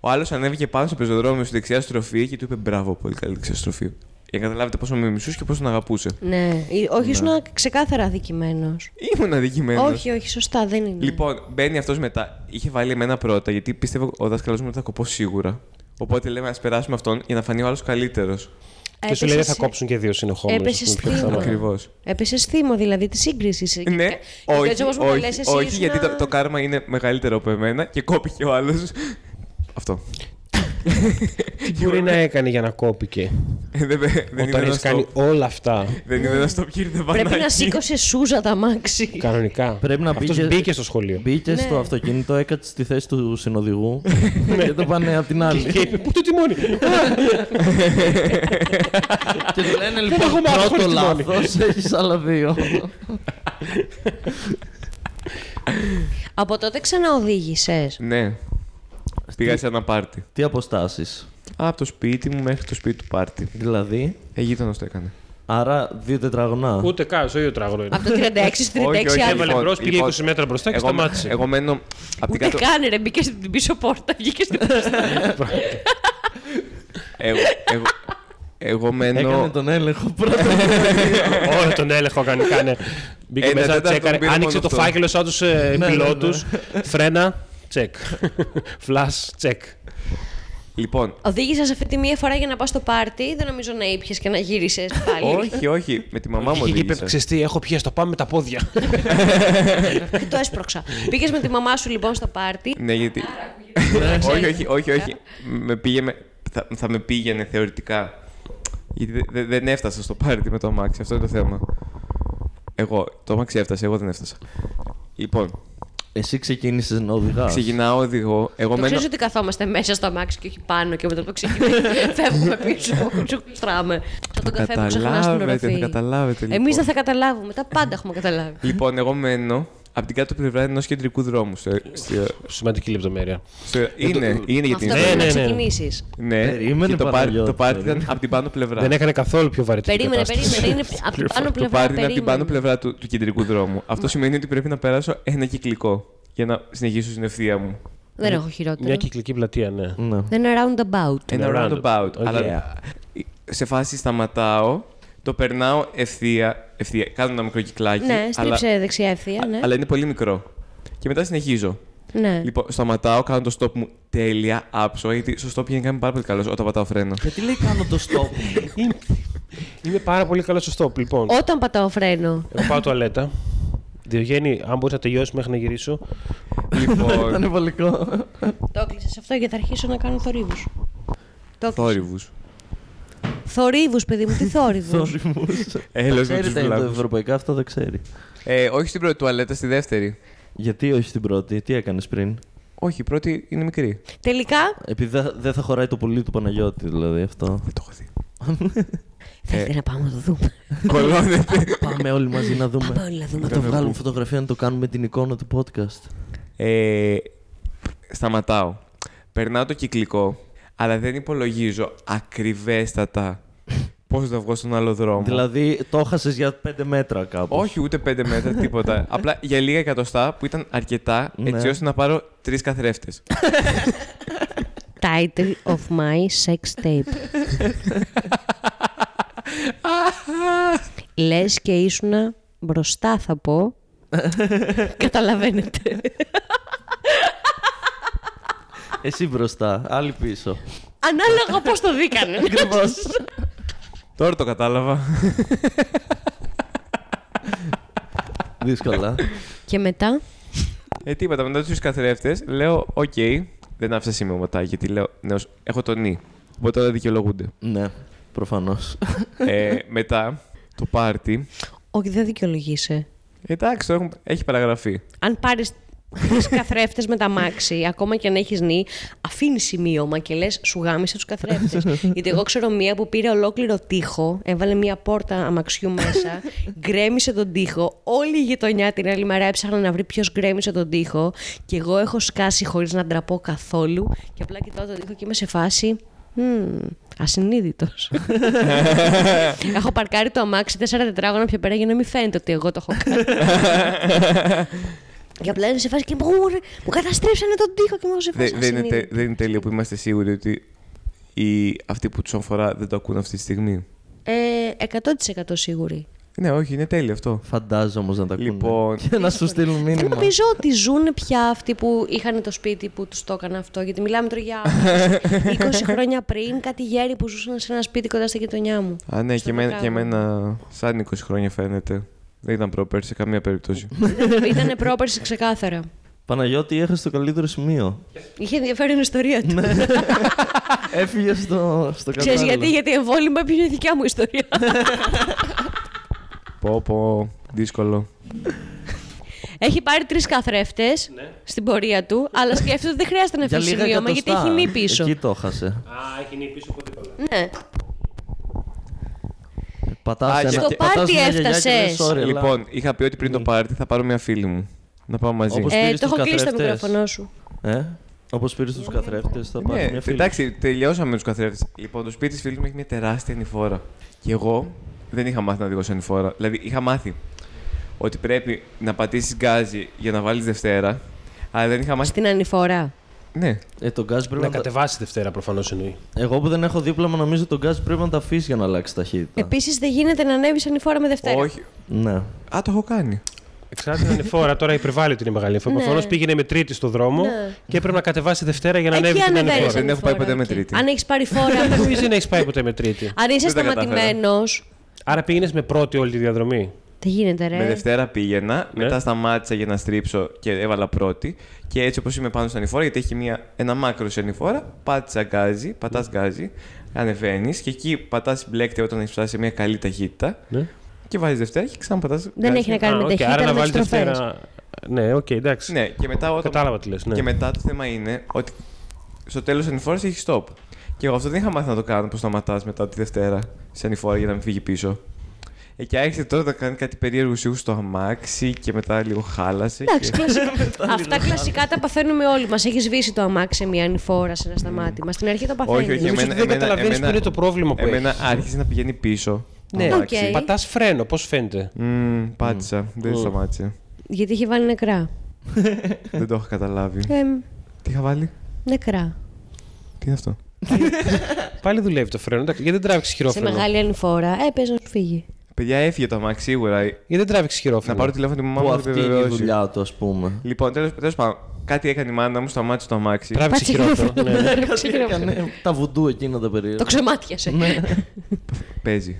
A: Ο άλλος ανέβηκε πάνω στο πεζοδρόμιο στη δεξιά στροφή και του είπε Μπράβο, πολύ καλή δεξιά στροφή. Για να καταλάβετε πόσο με μισούσε και πόσο τον αγαπούσε.
D: Ναι, ή- όχι, ήσουν ξεκάθαρα αδικημένος.
A: Ήμουν αδικημένος.
D: Όχι, όχι, σωστά, δεν είναι.
A: Λοιπόν, μπαίνει αυτός μετά. Είχε βάλει εμένα πρώτα, γιατί πίστευε ο δάσκαλο μου ότι θα κοπώ σίγουρα. Οπότε λέμε, ας περάσουμε αυτόν για να φανεί ο άλλος καλύτερος.
B: Και σου λέει δεν θα
D: Έπεσες-
B: κόψουν και δύο συνεχόμενους.
D: έπεσες θύμα.
A: Ακριβώς.
D: Ωραία.
A: Ακριβώς.
D: Έπεσες θύμο, δηλαδή τη σύγκριση.
A: Ναι, όχι, όχι,
D: έτσι όπως μου το λες, εσύ
A: όχι,
D: ήσουν
A: γιατί
D: να-
A: το, το κάρμα είναι μεγαλύτερο από εμένα και κόπηκε ο άλλος. Αυτό.
B: Τι μπορεί να έκανε για να κόπηκε
A: Ε, δεν δεν είδα
B: όταν
A: ένα
B: έχει κάνει
A: stop.
B: όλα αυτά.
A: Δεν είδα ένα stop και ήρθε
D: Πρέπει να
A: βανάκι.
D: σήκωσε σούζα τα μάξι.
B: Κανονικά.
C: Πρέπει να
B: Αυτός
C: μπήκε-
B: μπήκε στο σχολείο.
C: Μπήκε στο αυτοκίνητο, έκατσε στη θέση του συνοδηγού και το πάνε απ' την άλλη.
B: Και είπε Πού το τιμόνι.
C: και του λένε λοιπόν
B: έχω μάθει
C: πρώτο
B: χωρίς τιμόνι».
C: λάθος, έχεις άλλα δύο.
D: Από τότε ξαναοδήγησε.
A: Ναι. Πήγα σε ένα πάρτι.
C: Τι αποστάσεις,
A: Α, από το σπίτι μου μέχρι το σπίτι του πάρτι.
C: δηλαδή,
A: Ε, γείτονος το έκανε.
C: άρα δύο τετραγωνά.
B: Ούτε καν, στο ίδιο τραγούδι.
D: Από το 36 στο 36
A: Ναι. Όχι, όχι,
D: άλλο.
B: Έβαλε
A: Λοιπόν,
B: μπρος, πήγε
A: λοιπόν,
B: 20 μέτρα μπροστά και
A: Εγώ,
B: σταμάτησε.
A: εγώ μένω απ' την κάτω.
D: Ούτε καν Ναι, ρε, μπήκες στην πίσω πόρτα, βγήκες στην πόρτα.
A: Εγώ, εγώ, εγώ
C: Έκανε
A: μένω.
C: τον έλεγχο πρώτα.
B: Όλο τον έλεγχο κανονικά, ναι. Μπήκε
A: Ένα
B: μέσα,
A: τέταρτο
B: τσέκαρε.
A: πήρε
B: Άνοιξε
A: μόνο
B: το
A: αυτό.
B: φάκελο σαν τους ε,
C: ναι, ναι.
B: πιλότους. Φρένα, τσεκ. Φλας, τσεκ.
A: Λοιπόν,
D: Οδήγησα αυτή τη μία φορά για να πας στο πάρτι. Δεν νομίζω να ήπιες και να γύρισες πάλι.
A: όχι, όχι. Με τη μαμά μου
B: Και είπε,
A: οδήγησα.
B: «Ξέρεις τι, έχω πιέσει, το πάμε με τα πόδια.
D: Δεν Ε, το έσπρωξα. Πήγες με τη μαμά σου λοιπόν στο πάρτι.
A: Ναι, γιατί. όχι, όχι, όχι, όχι. Με πήγε με- θα, θα με πήγαινε θεωρητικά. Γιατί δε- δε- δεν έφτασα στο πάρτι με το αμάξι, αυτό είναι το θέμα. Εγώ, το αμάξι έφτασε, εγώ δεν έφτασα. Λοιπόν,
C: Εσύ ξεκίνησες να οδηγάς.
A: ξεκινάω οδηγό. Εγώ
D: Το
A: μένω.
D: ξέρει ότι καθόμαστε μέσα στο αμάξι και όχι πάνω και μετά το ξεκινάει. Φεύγουμε πίσω, ξεκουστράμε. Σαν τον καφέ που ξεχνά στην
A: Καταλάβετε, θα
D: οροφή.
A: καταλάβετε. Λοιπόν.
D: Εμεί δεν θα καταλάβουμε. Τα πάντα έχουμε καταλάβει.
A: Λοιπόν, εγώ μένω από την κάτω πλευρά ενός κεντρικού δρόμου. στο- στο-
B: Σημαντική λεπτομέρεια.
A: στο- είναι, είναι για την
D: Αυτό
B: Ναι,
A: ιστορία.
D: πρέπει να
B: ναι, ναι.
D: ξεκινήσεις.
A: Ναι,
C: Περίμενε,
A: και το πάρτι,
C: Παναγιώτη,
A: το πάρτι ήταν
C: περίμενε.
A: από την πάνω πλευρά.
B: Δεν έκανε καθόλου πιο βαρετή.
D: Περίμενε,
B: κατάσταση.
D: περίμενε. Είναι από την πάνω
A: Το
D: πλευρά.
A: πάρτι είναι από την πάνω
D: περίμενε.
A: πλευρά του, του κεντρικού δρόμου. Αυτό σημαίνει ότι πρέπει να περάσω ένα κυκλικό για να συνεχίσω στην ευθεία μου.
D: Δεν έχω
B: Μια
D: χειρότερο.
B: κυκλική πλατεία, ναι.
C: Ναι.
D: Δεν είναι roundabout.
A: Ένα
B: roundabout.
A: roundabout.
B: Οκ.
A: Αλλά σε φάση σταματάω, το περνάω ευθεία. ευθεία. Κάνω ένα μικρό κυκλάκι.
D: Ναι,
A: αλλά,
D: στρίψε δεξιά ευθεία. Ναι.
A: αλλά είναι πολύ μικρό. Και μετά συνεχίζω.
D: Ναι.
A: Λοιπόν, σταματάω, κάνω το stop μου τέλεια, άψογα, γιατί στο stop γενικά είμαι πάρα πολύ καλός όταν πατάω φρένο.
C: Γιατί Ε, λέει κάνω το στόπ μου.
B: Είμαι- Είμαι πάρα πολύ καλός στο στόπ, λοιπόν.
D: Όταν πατάω φρένο.
B: Εγώ πάω τουαλέτα. Διογέννη, αν μπορείς να τελειώσεις μέχρι να γυρίσω.
A: λοιπόν,
C: Ήταν βολικό.
D: Το έκλεισες αυτό γιατί θα αρχίσω να κάνω θορύβους.
A: θόρυβου.
D: Θορύβους, παιδί μου, τι θόρυβου.
C: Θόρυβους.
A: Έλα με του
C: Ξέρετε, είναι το
A: βλάβου.
C: ευρωπαϊκά αυτό δεν ξέρει.
A: Ε, όχι στην πρώτη τουαλέτα, στη δεύτερη.
C: Γιατί όχι την πρώτη, τι έκανες πριν.
A: Όχι, η πρώτη είναι μικρή.
D: Τελικά
C: Επειδή δε- δεν θα χωράει το πουλί του Παναγιώτη, δηλαδή αυτό.
A: Δεν το έχω δει. Ε.
D: θα ήθελα να πάμε να το δούμε.
A: Κολώνεται.
C: Πάμε όλοι μαζί να
D: Πάμε
C: δούμε.
D: όλοι να
C: Να
D: δούμε.
C: το βγάλουμε φωτογραφία, να το κάνουμε την εικόνα του podcast.
A: Ε, σταματάω. Περνάω το κυκλικό, αλλά δεν υπολογίζω ακριβέστατα πώς θα βγω στον άλλο δρόμο.
C: Δηλαδή, το έχασες για πέντε μέτρα κάπου.
A: Όχι ούτε 5 μέτρα, τίποτα. Απλά για λίγα εκατοστά που ήταν αρκετά έτσι
C: Ναι.
A: ώστε να πάρω τρεις καθρέφτες.
D: Title of my sex tape. Λες και ήσουνα μπροστά θα πω. Καταλαβαίνετε.
C: Εσύ μπροστά, άλλοι πίσω.
D: Ανάλογα πώς το δίκανε.
C: Ακριβώς.
A: Τώρα το κατάλαβα.
C: Δύσκολα.
D: Και μετά.
A: Ε, τίποτα, μετά τους καθρέφτες λέω: Οκ, δεν άφησα σήμα μοτάκι, γιατί λέω: νέος, Έχω το νι. Οπότε όλα δικαιολογούνται.
C: ναι, προφανώς.
A: ε, μετά το πάρτι.
D: Όχι, δεν δικαιολογείσαι.
A: Εντάξει, το έχουν- έχει παραγραφεί.
D: Αν πάρεις τρει καθρέφτες με τα μάξι, ακόμα και αν έχεις νη, αφήνεις σημείωμα και λες: Σου γάμισε τους καθρέφτες. Γιατί εγώ ξέρω μία που πήρε ολόκληρο τοίχο, έβαλε μία πόρτα αμαξιού μέσα, γκρέμισε τον τοίχο. Όλη η γειτονιά την άλλη μέρα έψαχνα να βρει ποιος γκρέμισε τον τοίχο. Και εγώ έχω σκάσει χωρίς να ντραπώ καθόλου. Και απλά κοιτάω τον τοίχο και είμαι σε φάση. «Μμμ, ασυνείδητος. έχω παρκάρει το αμάξι 4 τετράγωνα πιο πέρα για να μην φαίνεται ότι εγώ το έχω κάνει. Και απλά είναι σε φάση και μου, ρε, μου καταστρέψανε τον τοίχο και μου έχω σε
A: Δε-
D: φάση
A: δεν, είναι,
D: ασυνείδητη.
A: τε- δεν είναι τέλειο που είμαστε σίγουροι ότι οι, αυτοί που τους αφορά δεν το ακούν αυτή τη στιγμή.
D: Ε, 100% σίγουρη.
A: Ναι, όχι, είναι τέλειο αυτό.
C: Φαντάζομαι όμως να τα ακούνε.
A: Λοιπόν.
C: Και να σου στείλουν
D: Δεν
C: μήνυμα.
D: νομίζω ότι ζουν πια αυτοί που είχαν το σπίτι που τους το έκανε αυτό. Γιατί μιλάμε τώρα για 20 χρόνια πριν, κάτι γέροι που ζούσαν σε ένα σπίτι κοντά στη γειτονιά μου.
A: Α, ναι,
D: Στο
A: και εμένα, και
D: Chicago.
A: εμένα σαν 20 χρόνια φαίνεται. Δεν ήταν πρόπερ σε καμία περίπτωση.
D: Ήταν πρόπερση ξεκάθαρα.
C: Παναγιώτη, έχασε το καλύτερο σημείο.
D: Είχε ενδιαφέρον ιστορία του.
A: Ναι,
C: Έφυγε στο, στο
D: Ξέρεις
C: κατάλληλο.
D: γιατί, γιατί εμβόλυμα έπιανε η δικιά μου ιστορία.
A: πω, πω, δύσκολο.
D: Έχει πάρει τρεις καθρέφτες στην πορεία του, αλλά σκέφτεται ότι δεν χρειάζεται να
C: Για
D: αφήσει
C: λίγα
D: σημείωμα γιατί έχει
C: εκατοστά.
D: νη πίσω.
C: Εκεί το χάσε.
B: Α, έχει νύει πίσω πολύ πολλά.
D: Ναι.
C: Πατάς
A: Α,
C: ένα
A: και-
D: Στο
C: πατάς
D: πάρτι
C: μια γιαγιά και
D: έφτασες.
C: λες, «Sorry, αλλά
A: Λοιπόν, είχα πει ότι πριν το πάρτι θα πάρω μια φίλη μου. Να πάμε μαζί.
C: Όπως-
D: Ε,
C: πήρες
D: το έχω
C: τους
D: κλείσει το
C: καθρέφτες.
D: μικρόφωνο σου.
C: Ε, Όπως πήρες τους καθρέφτες, θα πάρει
A: Ναι,
C: μια φίλη.
A: εντάξει, τελειώσαμε με τους καθρέφτες. Λοιπόν, το σπίτι της φίλης μου έχει μια τεράστια ανηφόρα. Και εγώ δεν είχα μάθει να οδηγώ σε ανηφόρα. Δηλαδή, είχα μάθει ότι πρέπει να πατήσεις γκάζι για να βάλεις Δευτέρα. Αλλά δεν είχα μάθει.
D: Στην ανηφορά.
A: Ναι,
C: Ε, τον γκάζ πρέπει
B: Να
C: να τα-
B: κατεβάσει Δευτέρα προφανώς εννοεί.
C: Εγώ που δεν έχω δίπλωμα, νομίζω τον γκάζ πρέπει να τα αφήσει για να αλλάξει ταχύτητα.
D: Επίσης, δεν γίνεται να ανέβει ανηφόρα με Δευτέρα.
A: όχι.
C: Ναι.
A: Α, το έχω κάνει.
B: Εξάρτητα την ανηφόρα, τώρα υπερβάλλει την μεγάλη ανηφόρα.
D: Ναι.
B: Προφανώς πήγαινε με τρίτη στο δρόμο
D: Ναι.
B: και έπρεπε να κατεβάσει Δευτέρα για να
D: Εκεί
B: ανέβει την
D: ανεβαίνεις
B: ανηφόρα.
A: Δεν έχω πάει
D: ανηφόρα,
A: ποτέ με
D: οκ.
A: τρίτη.
D: Αν έχεις πάρει φόρα.
B: Νομίζω δεν έχεις πάει ποτέ με τρίτη.
D: αν είσαι
A: Δεν τα κατάφερα.
D: σταματημένος.
B: Άρα πήγαινες με πρώτη όλη τη διαδρομή.
D: Δεν γίνεται, ρε.
A: Με Δευτέρα πήγαινα,
B: Ναι.
A: μετά σταμάτησα για να στρίψω και έβαλα πρώτη. Και έτσι όπως είμαι πάνω στην ανηφόρα, γιατί έχει μια, ένα μάκρο σε ανηφόρα, πάτησα γκάζι, πατάς γκάζι, ανεβαίνεις και εκεί πατάς μπλέκτε όταν έχεις φτάσει σε μια καλή ταχύτητα. Και βάζεις Δευτέρα και ξανά πατά.
D: Δεν έχει να κάνει με
B: Ναι. οκ, άρα
D: ταχύτητα,
B: να
D: με
B: βάλεις
D: τι τροφέ.
B: Δευτέρα. Ναι, οκ, εντάξει.
A: Ναι, και μετά, όταν...
B: Κατάλαβα τι λες. Ναι.
A: και μετά το θέμα είναι ότι στο τέλος της ανηφόρας έχεις stop. Και εγώ αυτό δεν είχα μάθει να το κάνω που σταματάς μετά τη Δευτέρα σε ανηφόρα για να μην φύγει πίσω. Ε, και άρχισε τώρα να κάνει κάτι περίεργου ήχου στο αμάξι και μετά λίγο χάλασε.
D: Εντάξει,
A: και...
D: κλασικά. Αυτά κλασικά τα παθαίνουμε όλοι μας. Έχει σβήσει το αμάξι σε μια ανηφόρα, σε ένα σταμάτημα. Στην αρχή το
A: Όχι,
D: παθαίνει.
A: όχι,
B: Νομίζω ότι
A: εμένα,
B: δεν καταλαβαίνεις
A: εμένα-
B: ποιο είναι το πρόβλημα που
A: Εμένα
B: έχεις.
A: άρχισε να πηγαίνει πίσω.
B: Ναι.
A: το
D: Οκ.
A: αμάξι.
B: Πατάς φρένο, πώς φαίνεται.
A: Ναι. Μμμ, πάτησα. Δεν σταμάτησε.
D: Γιατί είχε βάλει νεκρά.
A: Δεν το είχα καταλάβει.
D: Ε,
A: Τι είχα βάλει,
D: νεκρά.
A: τι είναι αυτό.
B: Πάλι δουλεύει το φρένο, εντάξει, γιατί δεν τράβηξε
D: Σε
B: χειρόφρενο.
D: μεγάλη ανηφόρα. Ε, πες να σου φύγει.
A: Παιδιά, έφυγε το αμάξι σίγουρα. Ε,
B: Γιατί δεν τράβηξε
A: Να
B: χειρόφρενο.
A: πάρω τηλέφωνο τη μαμά μου
C: Που
A: να
C: αυτή είναι η
A: επιβεβαιώσει.
C: δουλειά του, ας πούμε.
A: Λοιπόν, τέλος πάντων, κάτι έκανε η μάνα μου, σταμάτησε το αμάξι.
B: Τράβηξε
D: Πάτσε
B: χειρόφρενο. ναι.
D: Τράβηξε χειρόφρενο.
C: Ε, Έκανε τα βουντού εκείνα τα περίεργα. Ναι.
D: Το ξεμάτιασε.
A: Παίζει.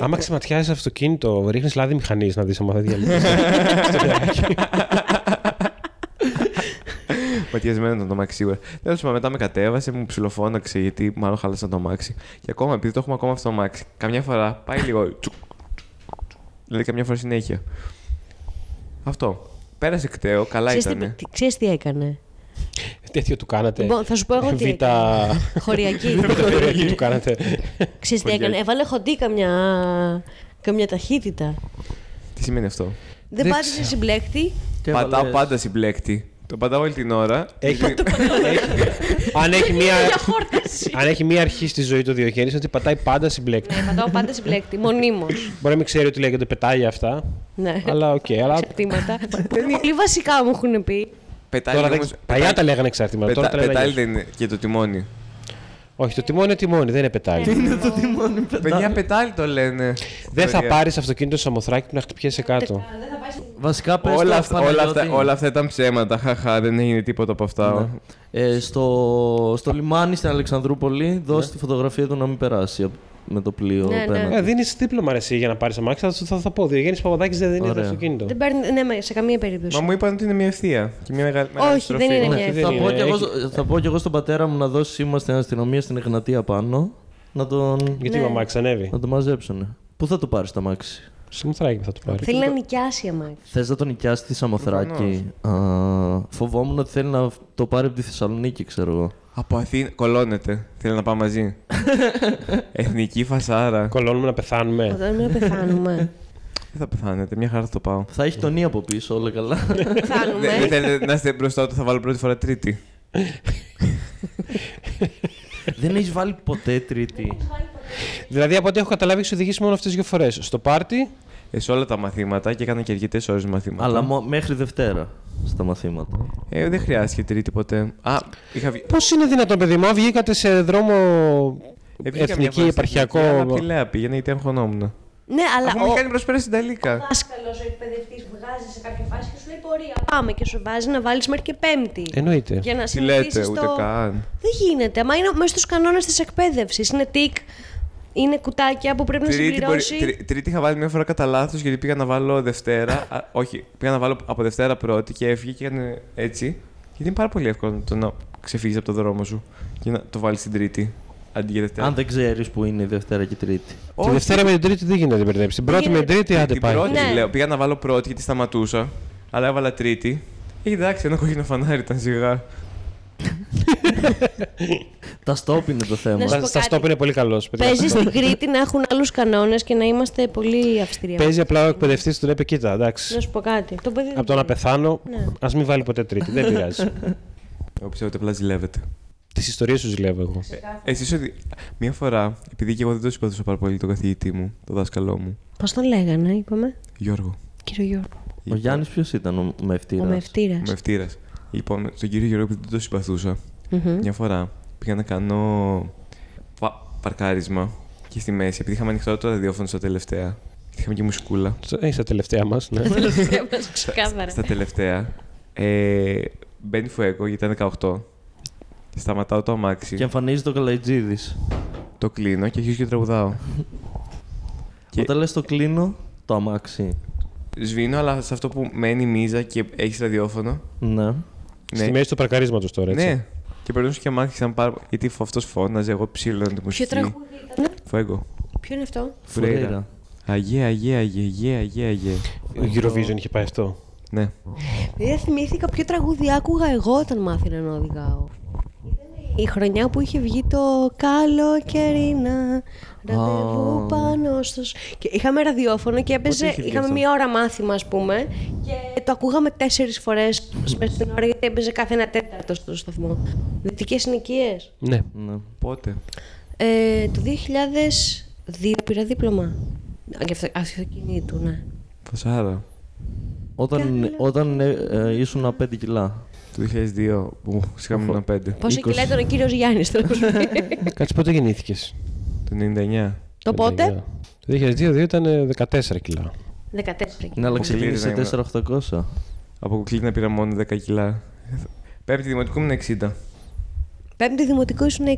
B: Άμα ξεματιάζεις αυτοκίνητο, ρίχνεις λάδι μηχανής να δεις άμα θα διαλύσεις.
A: Ματιασμένο ήταν το αμάξι σίγουρα. Τέλο πάντων, μετά με κατέβασε, μου ψηλοφώναξε γιατί μάλλον χάλασαν το αμάξι. Και ακόμα, επειδή το έχουμε ακόμα αυτό το αμάξι, καμιά φορά πάει λίγο. τσουκ, τσουκ, τσουκ. Δηλαδή, καμιά φορά συνέχεια. Αυτό. Πέρασε κταίο, καλά
D: Ξέρεις τι-
A: ήταν.
D: τι- Ξέρεις τι έκανε.
B: Τέτοιο του κάνατε.
D: Λοιπόν, θα σου πω εγώ τι έκανα. Χωριακή.
B: Β' του κάνατε.
D: Ξέρεις τι έκανε. Έβαλε χοντή καμιά, καμιά ταχύτητα.
A: Τι σημαίνει αυτό.
D: Δεν πάτησε συμπλέκτη.
C: Και
A: Πατάω
C: έβαλες-
A: πάντα συμπλέκτη. Το πατάω όλη την ώρα.
B: Έχει- έχει- Αν έχει μία.
D: Για χόρταση.
B: Αν έχει μία αρχή στη ζωή του Διοχέρη, είναι ότι πατάει πάντα συμπλέκτη.
D: Ναι, πατάω πάντα συμπλέκτη. Μονίμως.
B: Μπορεί να μην ξέρει ότι λέγεται πετάγια αυτά.
D: Ναι.
B: Αλλά οκ. αλλά
D: Εξαρτήματα. Πολύ βασικά μου έχουν πει.
A: Πετάει
B: τώρα
A: λίγο.
B: δεν- Παλιά τα λέγανε εξαρτήματα. Τώρα τα λένε.
A: Πετάει και το τιμόνι.
B: Όχι, το τιμόνι είναι τιμόνι, δεν είναι πετάλι.
D: Ναι.
C: Είναι το τιμόνι
A: Παιδιά,
C: πετά.
A: πετάλι το λένε.
B: Δεν θα
A: Παιδιά.
B: πάρεις αυτοκίνητο στο μοθράκι που να χτυπιέσαι κάτω.
D: Δεν θα πάει στην
C: Βασικά πες
A: Όλα
C: το,
A: αυτά, όλα,
C: Παναγιώτη.
A: αυτά, όλα αυτά ήταν ψέματα. Χαχά, δεν έγινε τίποτα από αυτά.
C: Ε, στο, στο λιμάνι στην Αλεξανδρούπολη,
A: Ναι.
C: δώσε τη φωτογραφία του να μην περάσει απ- με το πλοίο
D: Ναι, ναι.
C: απέναντι.
B: Ε, δίνεις δίπλωμα ρε, εσύ για να πάρεις αμάξι, θα, σου- θα, θα πω. Διογέννη Παπαδάκης δεν δίνει
C: Ωραία.
B: αυτοκίνητο.
D: Δεν παίρνει, ναι, με- σε καμία περίπτωση.
A: Μα μου είπαν ότι είναι μια ευθεία. Και μια μεγάλη, μεγάλη
D: Όχι, δεν
A: στροφή.
D: είναι
C: Ναι,
D: μια
C: θα,
B: ευθύνη,
C: πω
B: ναι,
C: και εγώ,
B: έχει-
C: σ- θα πω και εγώ στον πατέρα μου να δώσει σήμα στην αστυνομία στην Εγνατία πάνω να τον,
B: Γιατί
D: Ναι.
B: ναι. αμάξι ανέβει.
C: να τον μαζέψουν. Πού θα το πάρεις το αμάξι.
B: Στο μοθράκι που θα το πάρει.
D: Θέλει να νοικιάσει αμάξι.
C: Θες να τον νοικιάσεις στη Σαμοθράκη. Α, φοβόμουν ότι θέλει να το πάρει από τη Θεσσαλονίκη, ξέρω εγώ.
A: Από Αθήνα κολώνεται. Θέλει να πάμε μαζί. Εθνική φασάρα.
B: Κολώνουμε να
A: Ναι.
B: πεθάνουμε.
D: Όταν μην πεθάνουμε.
A: Δεν θα πεθάνετε, μια χαρά θα το πάω.
C: Θα έχει
D: Ναι.
C: τον Ή από πίσω, όλα καλά.
A: Δεν δεν
D: πεθάνουμε.
A: θέλετε να είστε μπροστά του, θα βάλω πρώτη φορά τρίτη.
C: Δεν έχεις βάλει ποτέ τρίτη.
B: δηλαδή από ό,τι έχω καταλάβει, έχεις οδηγήσει μόνο αυτές τις δύο φορές. Στο πάρτι
A: Ε, σε όλα τα μαθήματα και έκανα και αρκετές ώρες μαθήματα.
C: Αλλά μο- μέχρι Δευτέρα στα μαθήματα.
A: Ε, δεν χρειάστηκε τρίτη ποτέ. Α, είχα βγει.
B: Πώς είναι δυνατόν, παιδί μου, αν βγήκατε σε δρόμο
A: Ε, βγήκα μια
B: εθνική,
A: φορά στην
B: επαρχιακό.
A: Εθνική, Αλλά απειλέα πήγαινα γιατί αγχωνόμουν.
D: Ναι, αλλά
A: Αφού μου είχε
D: ο
A: κάνει προσπέραση στην Ταλίκα.
D: δάσκαλος, ο εκπαιδευτής βγάζει σε κάποια φάση και σου λέει πορεία. Πάμε και σου βάζει να βάλεις μέχρι και πέμπτη.
B: Εννοείται.
D: Για να
A: Τι λέτε,
D: συνηθίσεις
A: ούτε
D: το-
A: καν.
D: Δεν γίνεται. Μα είναι μέσα στους κανόνες της εκπαίδευσης. Είναι τικ, είναι κουτάκια που πρέπει να
A: Τρίτη, μπορεί-
D: συμπληρώσει.
A: τρι- τρίτη είχα βάλει μια φορά κατά λάθος γιατί πήγα να βάλω Δευτέρα. α, όχι, πήγα να βάλω από Δευτέρα πρώτη και έφυγε και έκανε έτσι. Γιατί είναι πάρα πολύ εύκολο το να ξεφύγεις από το δρόμο σου και να το βάλεις την Τρίτη αντί για Δευτέρα.
C: Αν δεν ξέρεις που είναι η Δευτέρα και η Τρίτη.
A: Όχι,
B: Τη Δευτέρα με την Τρίτη δεν γίνεται να την μπερδέψεις. Την πρώτη με την
D: γίνεται.
B: Τρίτη, άντε
A: την
B: πάει.
A: πρώτη
D: Ναι.
A: λέω. Πήγα να βάλω πρώτη γιατί σταματούσα, αλλά έβαλα Τρίτη. Ε, εντάξει, ένα κόκκινο φανάρι ήταν σιγά.
C: Τα stop είναι το θέμα.
D: Να σου-
B: Στα-
D: πω
B: Στα
D: κάτι.
B: stop είναι πολύ καλός.
D: Παίζεις στην Κρήτη να έχουν άλλους κανόνες και να είμαστε πολύ αυστηροί.
B: Παίζει απλά ο εκπαιδευτής, του λέει κοίτα,
D: Να
B: εντάξει.
D: σου πω κάτι. Το παιδί δεν
B: Από το να
D: ξέρει.
B: πεθάνω, ας μην βάλει ποτέ τρίτη. Δεν πειράζει.
A: Όποιο ούτε απλά ζηλεύεται.
B: Τις ιστορίες σου ζηλεύω εγώ.
A: Εσείς ότι. Μία φορά, επειδή και εγώ δεν το συμπαθούσα πάρα πολύ τον καθηγητή μου, τον δάσκαλό μου,
D: Πώς τον λέγανε, είπαμε.
A: Γιώργο.
D: Κύριο Γιώργο.
C: Ο Γιάννης ποιος ήταν ο
D: Ο
C: μευτήρας.
D: μευτήρα.
A: Με ευτήρα. Λοιπόν, στον κύριο Γιώργο, επειδή δεν το συμπαθούσα, μια φορά πήγα να κάνω πα- παρκάρισμα και στη μέση, επειδή είχαμε ανοιχτό το ραδιόφωνο στα τελευταία. Είχαμε και μουσικούλα.
B: Ε, Είσαι τα τελευταία ναι. μας.
D: Ξεκάθαρα.
A: Στα τελευταία. Ε, μπαίνει φουέκο γιατί ήταν 18. Σταματάω το αμάξι.
C: Και εμφανίζεται ο Καλαϊτζίδης.
A: Το κλείνω και αρχίζω και τραγουδάω. Και-
C: Όταν λες το κλείνω, το αμάξι.
A: Σβήνω, αλλά σε αυτό που μένει μίζα και έχεις ραδιόφωνο.
C: Ναι.
B: Στη μέση του παρκαρίσματος τώρα. έτσι.
A: Ναι. Και περνούσε και αμάξι σαν πάρα πολύ. Γιατί αυτός φώναζε, εγώ ψήλωνα τη μουσική.
D: Ποιο τραγούδι ήταν.
A: Φουέγκο.
D: Ποιο είναι αυτό.
A: Φουρέιρα. Αγέ, αγέ, αγέ, αγέ, αγέ, αγέ.
B: Ο Eurovision είχε πάει αυτό.
A: Ναι.
D: Δεν θυμήθηκα ποιο τραγούδι άκουγα εγώ όταν μάθαινα να οδηγάω. Η χρονιά που είχε βγει το καλοκαιρινά ραντεβού
C: Α.
D: πάνω στους... Και είχαμε ραδιόφωνο και έπαιζε,
A: είχε βγει
D: είχαμε
A: αυτό?
D: μία ώρα μάθημα ας πούμε και το ακούγαμε τέσσερις φορές μέσα στην ώρα γιατί έπαιζε κάθε ένα τέταρτο στο σταθμό. Δυτικές συνοικίες.
B: Ναι.
C: Ναι.
A: Πότε.
D: Ε, το 2002 πήρα δίπλωμα. Α, Γι' αυτό αυτοκινήτου, ναι.
A: Φασάρα.
C: Όταν, όταν ε, ε, ήσουν 5 κιλά.
A: Το 2002 που είχαμε ένα 5.
D: Πόσο κιλά ήταν ο κύριος Γιάννης τώρα που σου πει.
B: Κάτσε πότε γεννήθηκες.
A: Το 99.
D: Το πότε.
B: Το 2002 ήταν ε, 14 κιλά.
D: 14
C: Ναι, αλλά
A: Ο
C: ξεκίνησε
A: Κλήρης να
C: 4.800.
A: Από κουκλίνα πήρα μόνο 10 κιλά. Πέμπτη δημοτικού ήμουν 60.
D: Πέμπτη δημοτικό ήσουν 60.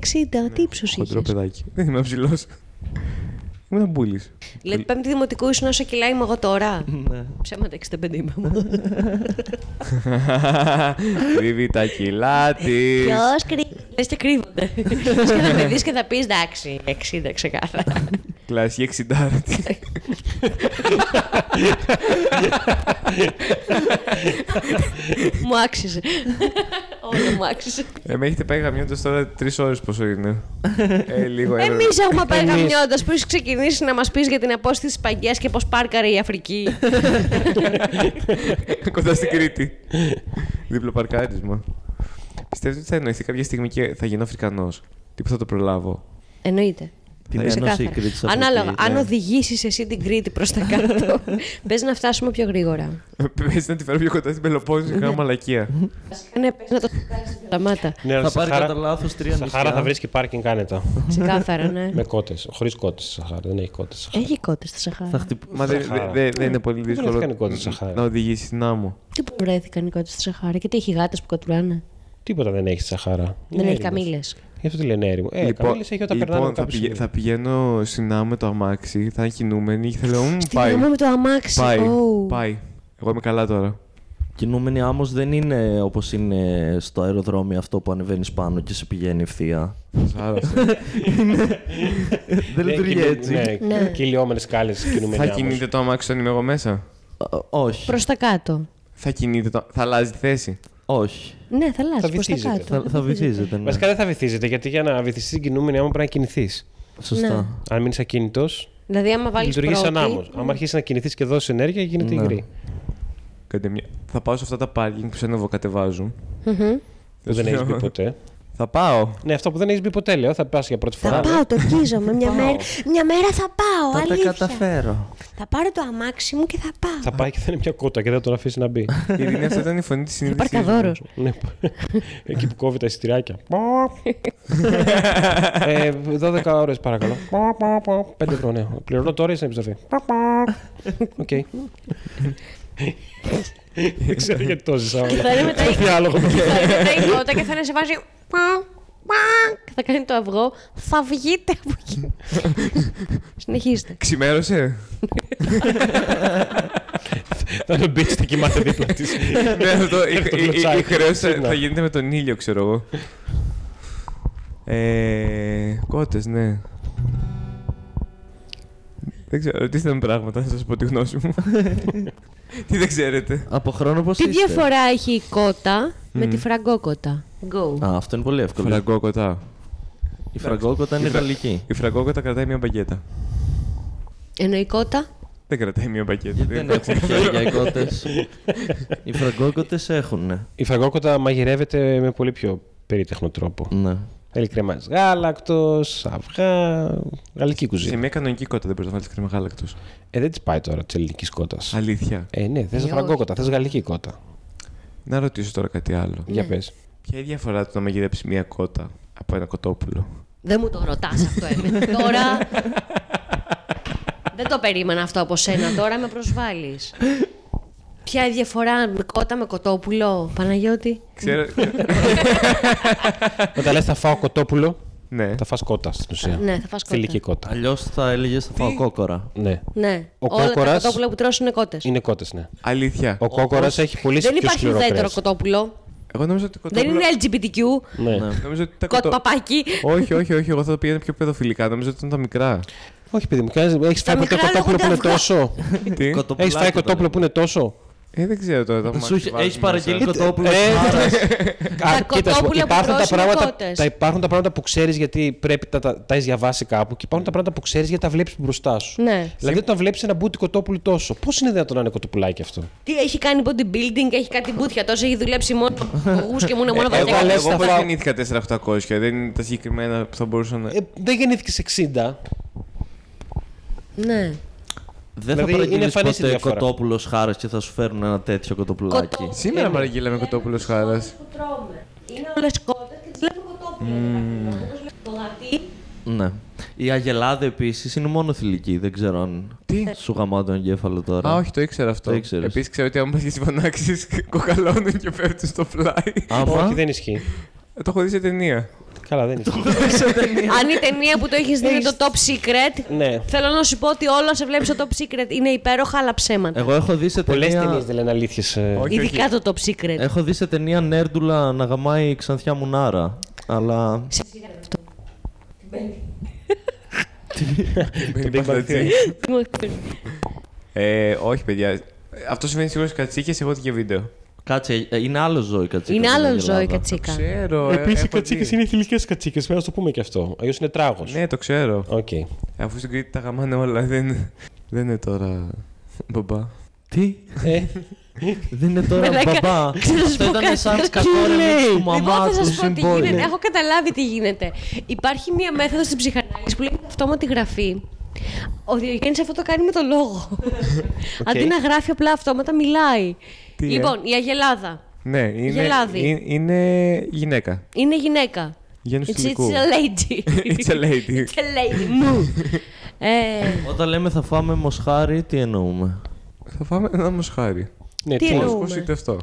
D: Τι ύψος
A: Χοντρό
D: είχες.
A: παιδάκι. Δεν είμαι ψηλός. Ήμουν μπουλή.
D: Δηλαδή, πέμπτη δημοτικού ήσουν όσα κιλά είμαι εγώ τώρα.
C: Ναι.
D: Ψέματα 65 είμαι μου.
A: Κρύβει τα κιλά της.
D: Ποιος κρύβει. Λες και κρύβονται. Λες και θα δεις και θα πεις εντάξει, 60 ξεκάθαρα.
A: Κλασική 60.
D: μου άξιζε. Όλο μου άξιζε.
A: Ε, με έχετε πάει γαμιώντας τώρα τρεις ώρες πόσο είναι. Ε, λίγο
D: Εμείς
A: έβρεπε.
D: έχουμε πάει
B: Εμείς.
D: γαμιώντας που έχεις ξεκινήσει να μας πεις για την απόσταση της παγιά και πώς πάρκαρε η Αφρική.
A: Κοντά στην Κρήτη. Δίπλο παρκάρισμα. Πιστεύετε ότι θα εννοηθεί κάποια στιγμή και θα γίνω Αφρικανός. Τι που θα το προλάβω.
D: Εννοείται.
C: Την ένωση η
D: Ξεκάθαρα.
C: Ναι, Κρήτη από
D: Ανάλογα.
C: εκεί,
D: Αν
C: ναι.
D: οδηγήσεις εσύ την Κρήτη προς τα κάτω, πες να φτάσουμε πιο γρήγορα.
A: Πες να τη φέρω πιο κοντά στην Πελοπόννησο και κάνω μαλακία.
D: Βασικά, Ναι, πες να το κάνεις στην Καλαμάτα.
B: Ναι,
C: Θα
B: αλλά
C: πάρει
B: Σαχάρα-
C: κατά λάθος τρία νησιά.
B: Σαχάρα θα βρει και πάρκινγκ άνετα.
D: Ξεκάθαρα, ναι.
B: με κότες. Χωρίς κότες στη Σαχάρα. Δεν έχει κότες. Σαχάρα.
D: Έχει κότες στη
C: Θα
D: Σαχάρα.
C: χτυπ-
A: Μα δεν
B: Σαχάρα.
A: δεν- δεν είναι πολύ δύσκολο
B: βρέθηκαν οι κότες στη Σαχάρα.
A: να οδηγήσει στην άμμο.
D: Τι που βρέθηκαν οι κότες στη Σαχάρα και τι έχει γάτες που κατουράνε.
B: Τίποτα δεν Ναι, έχει στη Σαχάρα. Είναι
D: Ε. Δεν έχει
B: έρημος.
D: καμίλε.
B: Γι' αυτό τη λένε έρημο. Ε, λοιπόν, καμίλε έχει όταν περνάνε
A: λοιπόν, θα,
B: από
A: πηγα-
B: κάποιο
A: θα πηγαίνω στην άμμο με το αμάξι, θα είναι κινούμενη και θα λέω «Μμμ,
D: Στην
A: πάει,
D: γραμμή με το αμάξι.
A: πάει,
D: Ω.
A: πάει. Εγώ είμαι καλά τώρα.
C: Κινούμενη άμμος δεν είναι όπως είναι στο αεροδρόμιο αυτό που ανεβαίνεις πάνω και σε πηγαίνει ευθεία.
A: Σας άρεσε.
C: δεν λειτουργεί έτσι.
B: Ναι, κυλιόμενε κάλε
A: θα
B: κινούμενοι άμμος.
A: κινείται το αμάξι όταν είμαι εγώ μέσα.
C: Α, Όχι.
D: Προς τα κάτω.
A: Θα κινείται το... Θα αλλάζει τη θέση.
C: Όχι.
D: Ναι, θα αλλάζει προς τα
B: βυθίζεται.
D: κάτω.
C: Θα, θα βυθίζεται. Ναι.
B: Βασικά δεν θα βυθίζεται γιατί για να βυθιστείς την κινούμενη άμα πρέπει να κινηθείς.
D: Ναι.
C: Σωστά.
B: Αν μείνεις ακίνητος,
D: Δηλαδή, άμα βάλεις.
B: λειτουργείς σαν άμμος. Άμα αρχίσεις να κινηθείς και δώσεις ενέργεια, γίνεται
C: Ναι.
B: υγρή.
A: Κάντε μια... Θα πάω σε αυτά τα πάρκινγκ που σε ανεβοκατεβάζουν.
B: Που δεν έχεις μπει ποτέ.
A: Θα πάω.
B: Ναι, αυτό που δεν έχεις μπει ποτέ, λέω, θα πας για πρώτη
D: Θα
B: φορά.
D: πάω, το κίζομαι. Μια, μέρα, μια μέρα θα πάω.
C: Θα τα
D: αλήθεια.
C: καταφέρω.
D: Θα πάρω το αμάξι μου και θα πάω.
B: Θα πάει και θα είναι μια κότα και δεν θα τον αφήσει να μπει.
A: Η Ειρήνη, αυτή ήταν η φωνή της συνείδησης
D: Παρκαδόρο.
B: Ναι. Εκεί που κόβει τα εισιτηριάκια. ε, 12 ώρες παρακαλώ. 5 ευρώ, ναι. Πληρώνω τώρα ή στην επιστροφή. Οκ. Δεν ξέρω γιατί το ζήσα όλα.
D: θα είναι μετά η-
B: Στο διάλογο μου.
D: Θα είναι μετά η κότα και θα είναι σε βάζει. Και θα κάνει το αυγό. Θα βγείτε από εκεί. Συνεχίστε.
A: Ξημέρωσε.
B: Θα είναι μπει και κοιμάται δίπλα της.
A: ναι, αυτό. η-
B: Το
A: η- η- Η
B: κλωτσάκι. Ναι.
A: χρέωση
B: Ξύπνα.
A: θα γίνεται με τον ήλιο, ξέρω εγώ. Ε, κότες, ναι. Δεν ξέρω, ρωτήστε με πράγματα, να σας πω τη γνώση μου. Τι δεν ξέρετε.
C: Από χρόνο πώς
D: Τι
C: είστε.
D: διαφορά έχει η κότα με τη φραγκόκοτα. Go.
C: Α, αυτό είναι πολύ εύκολο.
A: Φραγκόκοτα.
C: Η φραγκόκοτα είναι
A: Η φρα-
C: γαλλική.
A: Η φραγκόκοτα κρατάει μια μπαγκέτα.
D: Ενώ η κότα.
A: Δεν κρατάει μια μπαγκέτα.
C: Γιατί δεν έχουν χέρια οι κότες. Οι φραγκόκοτες έχουν.
B: Η φραγκόκοτα μαγειρεύεται με πολύ πιο περίτεχνο τρόπο.
C: Ναι.
B: Θέλει κρεμάς γάλακτος, αυγά, γαλλική
A: Σε
B: κουζίνα.
A: μια κανονική κότα δεν μπορεί να βάλει κρέμα γάλακτος.
B: Ε, δεν της πάει τώρα της ελληνικής κότας.
A: Αλήθεια.
B: Ε, ναι, θες
D: Ε,
B: φραγκόκοτα, θες γαλλική κότα.
A: Να ρωτήσω τώρα κάτι άλλο.
D: Ναι.
B: Για πες.
A: Ποια είναι η διαφορά του να μαγειρέψεις μια κότα από ένα κοτόπουλο.
D: Δεν μου το ρωτάς αυτό ε, εμένα. Τώρα. Δεν το περίμενα αυτό από σένα. Τώρα με προσβάλλεις. Ποια η διαφορά με κότα με κοτόπουλο, Παναγιώτη.
A: Ξέρω.
B: Όταν λες θα φάω κοτόπουλο,
A: ναι.
B: θα φας κότα στην ουσία.
D: Ναι, θα φας κότα.
B: Θηλυκή κότα.
C: Αλλιώς θα έλεγες θα φάω κόκορα.
B: Ναι.
D: Ναι.
B: Ο
D: Όλα
B: κόκορας-
D: τα κοτόπουλα που τρώσουν είναι κότες.
B: Είναι κότες, ναι.
A: Αλήθεια.
B: Ο κόκορας έχει πολύ
D: Δεν
B: πιο
D: υπάρχει
B: σκληρό
D: ουδέτερο
B: κρέας.
D: κοτόπουλο.
A: Εγώ νόμιζα ότι
D: Δεν
A: κοτόπουλο.
D: είναι LGBTQ.
B: Ναι.
A: Νομίζω ότι τα
D: Κότ
A: κοτό-
D: παπάκι.
A: όχι, όχι, όχι. Εγώ θα το πήγαινα πιο παιδοφιλικά. Νομίζω ότι ήταν τα μικρά.
B: Όχι, παιδί μου, έχεις φάει ποτέ
D: μικρά
B: κοτόπουλο που είναι
D: λέγονται
B: τόσο.
A: Τι.
B: Έχεις
C: Κοτοπουλάκι,
B: φάει
C: το
B: κοτόπουλο που είναι τόσο.
A: Ε, δεν ξέρω τώρα. τα
C: λέω. Σου
A: μάτια
C: έχει
A: βάζουν
C: έχεις παραγγείλει
A: μέσα.
C: κοτόπουλο.
B: Ε,
C: της μάρας.
B: Α, κοίτας, σου πω,
D: κοτόπουλα που
B: υπάρχουν τα
D: τρως είναι
B: πράγματα,
D: κότες.
B: τα, υπάρχουν τα πράγματα που ξέρεις γιατί πρέπει να τα, τα έχεις διαβάσει κάπου και υπάρχουν τα πράγματα που ξέρεις γιατί τα βλέπεις μπροστά σου.
D: Ναι.
B: Δηλαδή, όταν βλέπεις ένα μπούτι κοτόπουλο τόσο, πώς είναι δυνατόν να είναι κοτοπουλάκι αυτό.
D: Τι έχει κάνει bodybuilding, έχει κάτι μπουτια τόσο, έχει δουλέψει μόνο γούς και μου είναι μόνο
B: εγώ
D: βαθιά.
B: λες
A: Εγώ
B: τα
A: πώς
B: φάω.
A: γεννήθηκα 4800, δεν είναι τα συγκεκριμένα που θα μπορούσαν να.
B: Ε, δεν γεννήθηκες 60.
D: Ναι.
C: Δεν
B: Δηλαδή,
C: θα
B: είναι
C: παραγγείλεις
B: εμφανής η
C: ποτέ
B: διαφορά.
C: κοτόπουλος χάρας και θα σου φέρουν ένα τέτοιο κοτοπουλάκι.
D: Κοτό-
A: Σήμερα παραγγείλαμε κοτόπουλο χάρα.
D: Είναι όλες κότες και τις λέμε κοτόπουλα. Το γατί.
C: Ναι. Η αγελάδα επίσης είναι μόνο θηλυκή. Δεν ξέρω αν.
A: Τι?
C: Σου γαμάω τον εγκέφαλο τώρα.
A: Α, όχι, το ήξερα αυτό.
C: Το ήξερες.
A: Επίσης, ξέρω ότι άμα πας και συμφωνάξει, κοκαλώνουν και πέφτουν στο πλάι. Ε,
C: Άμα.
B: Όχι, δεν ισχύει.
A: Το έχω δει σε ταινία.
B: Καλά, δεν ισχύει.
D: Αν η ταινία που το έχεις δει είναι το top secret,
B: ναι.
D: θέλω να σου πω ότι όλο σε βλέπεις το top secret είναι υπέροχα, αλλά ψέματα.
C: Εγώ έχω δει σε
B: Πολλές ταινίε
C: ταινία.
B: δεν λένε ε. αλήθειε.
A: Όχι,
D: Ειδικά το top secret.
C: Έχω δει σε ταινία νέρντουλα να γαμάει η ξανθιά μουνάρα. Αλλά.
A: Μπαίνει
B: Big Bang
A: μπαχτατζή. Ε, όχι, παιδιά. Αυτό συμβαίνει σίγουρα στις κατσίκες. Εγώ δει και βίντεο.
C: Κάτσε, ε, είναι άλλο ζώη κατσίκα.
D: Είναι
C: στην
D: άλλο
C: Αγελάδα.
D: ζώη κατσίκα.
A: Ξέρω. ε,
B: Επίσης, οι
A: έχω δει.
B: κατσίκε είναι θηλυκέ κατσίκες. Πρέπει να το πούμε και αυτό. Αλλιώς είναι τράγος.
A: Ναι, το ξέρω.
B: Οκ. Ε,
A: Αφού στην Κρήτη τα γαμάνε όλα, δεν, δεν είναι τώρα μπαμπά.
C: Τι,
B: Ε,
C: δεν είναι τώρα
D: Μαλάκα,
C: μπαμπά.
D: ξέρω να σου
C: Αυτό
D: πω
C: ήταν
D: κάτι.
C: σαν
B: Τι
A: Ναι.
B: λέει.
C: σκατόρεμι του μαμά
D: Εγώ
C: του
D: θα σα Λοιπόν, πω τι γίνεται.
C: συμπόρου.
D: Έχω καταλάβει τι γίνεται. Υπάρχει μία μέθοδος στην ψυχανάλυσης που λέγεται αυτόματη γραφή, ο Διογέννης αυτό το κάνει με το λόγο. Αντί να γράφει απλά αυτόματα, μιλάει.
A: Τι, ε?
D: λοιπόν, η Αγελάδα
A: Ναι, είναι,
D: Γελάδι.
A: είναι, είναι γυναίκα.
D: είναι γυναίκα.
A: Γένους
D: It's,
A: θηλυκού.
D: it's a lady.
A: It's a lady.
D: It's a lady. Μου. Ε,
C: Όταν λέμε θα φάμε μοσχάρι, τι εννοούμε.
A: Θα φάμε ένα μοσχάρι.
B: Ναι,
D: Τι
B: τι,
D: εννοώ.
B: εννοούμε.
A: Πώς είτε αυτό.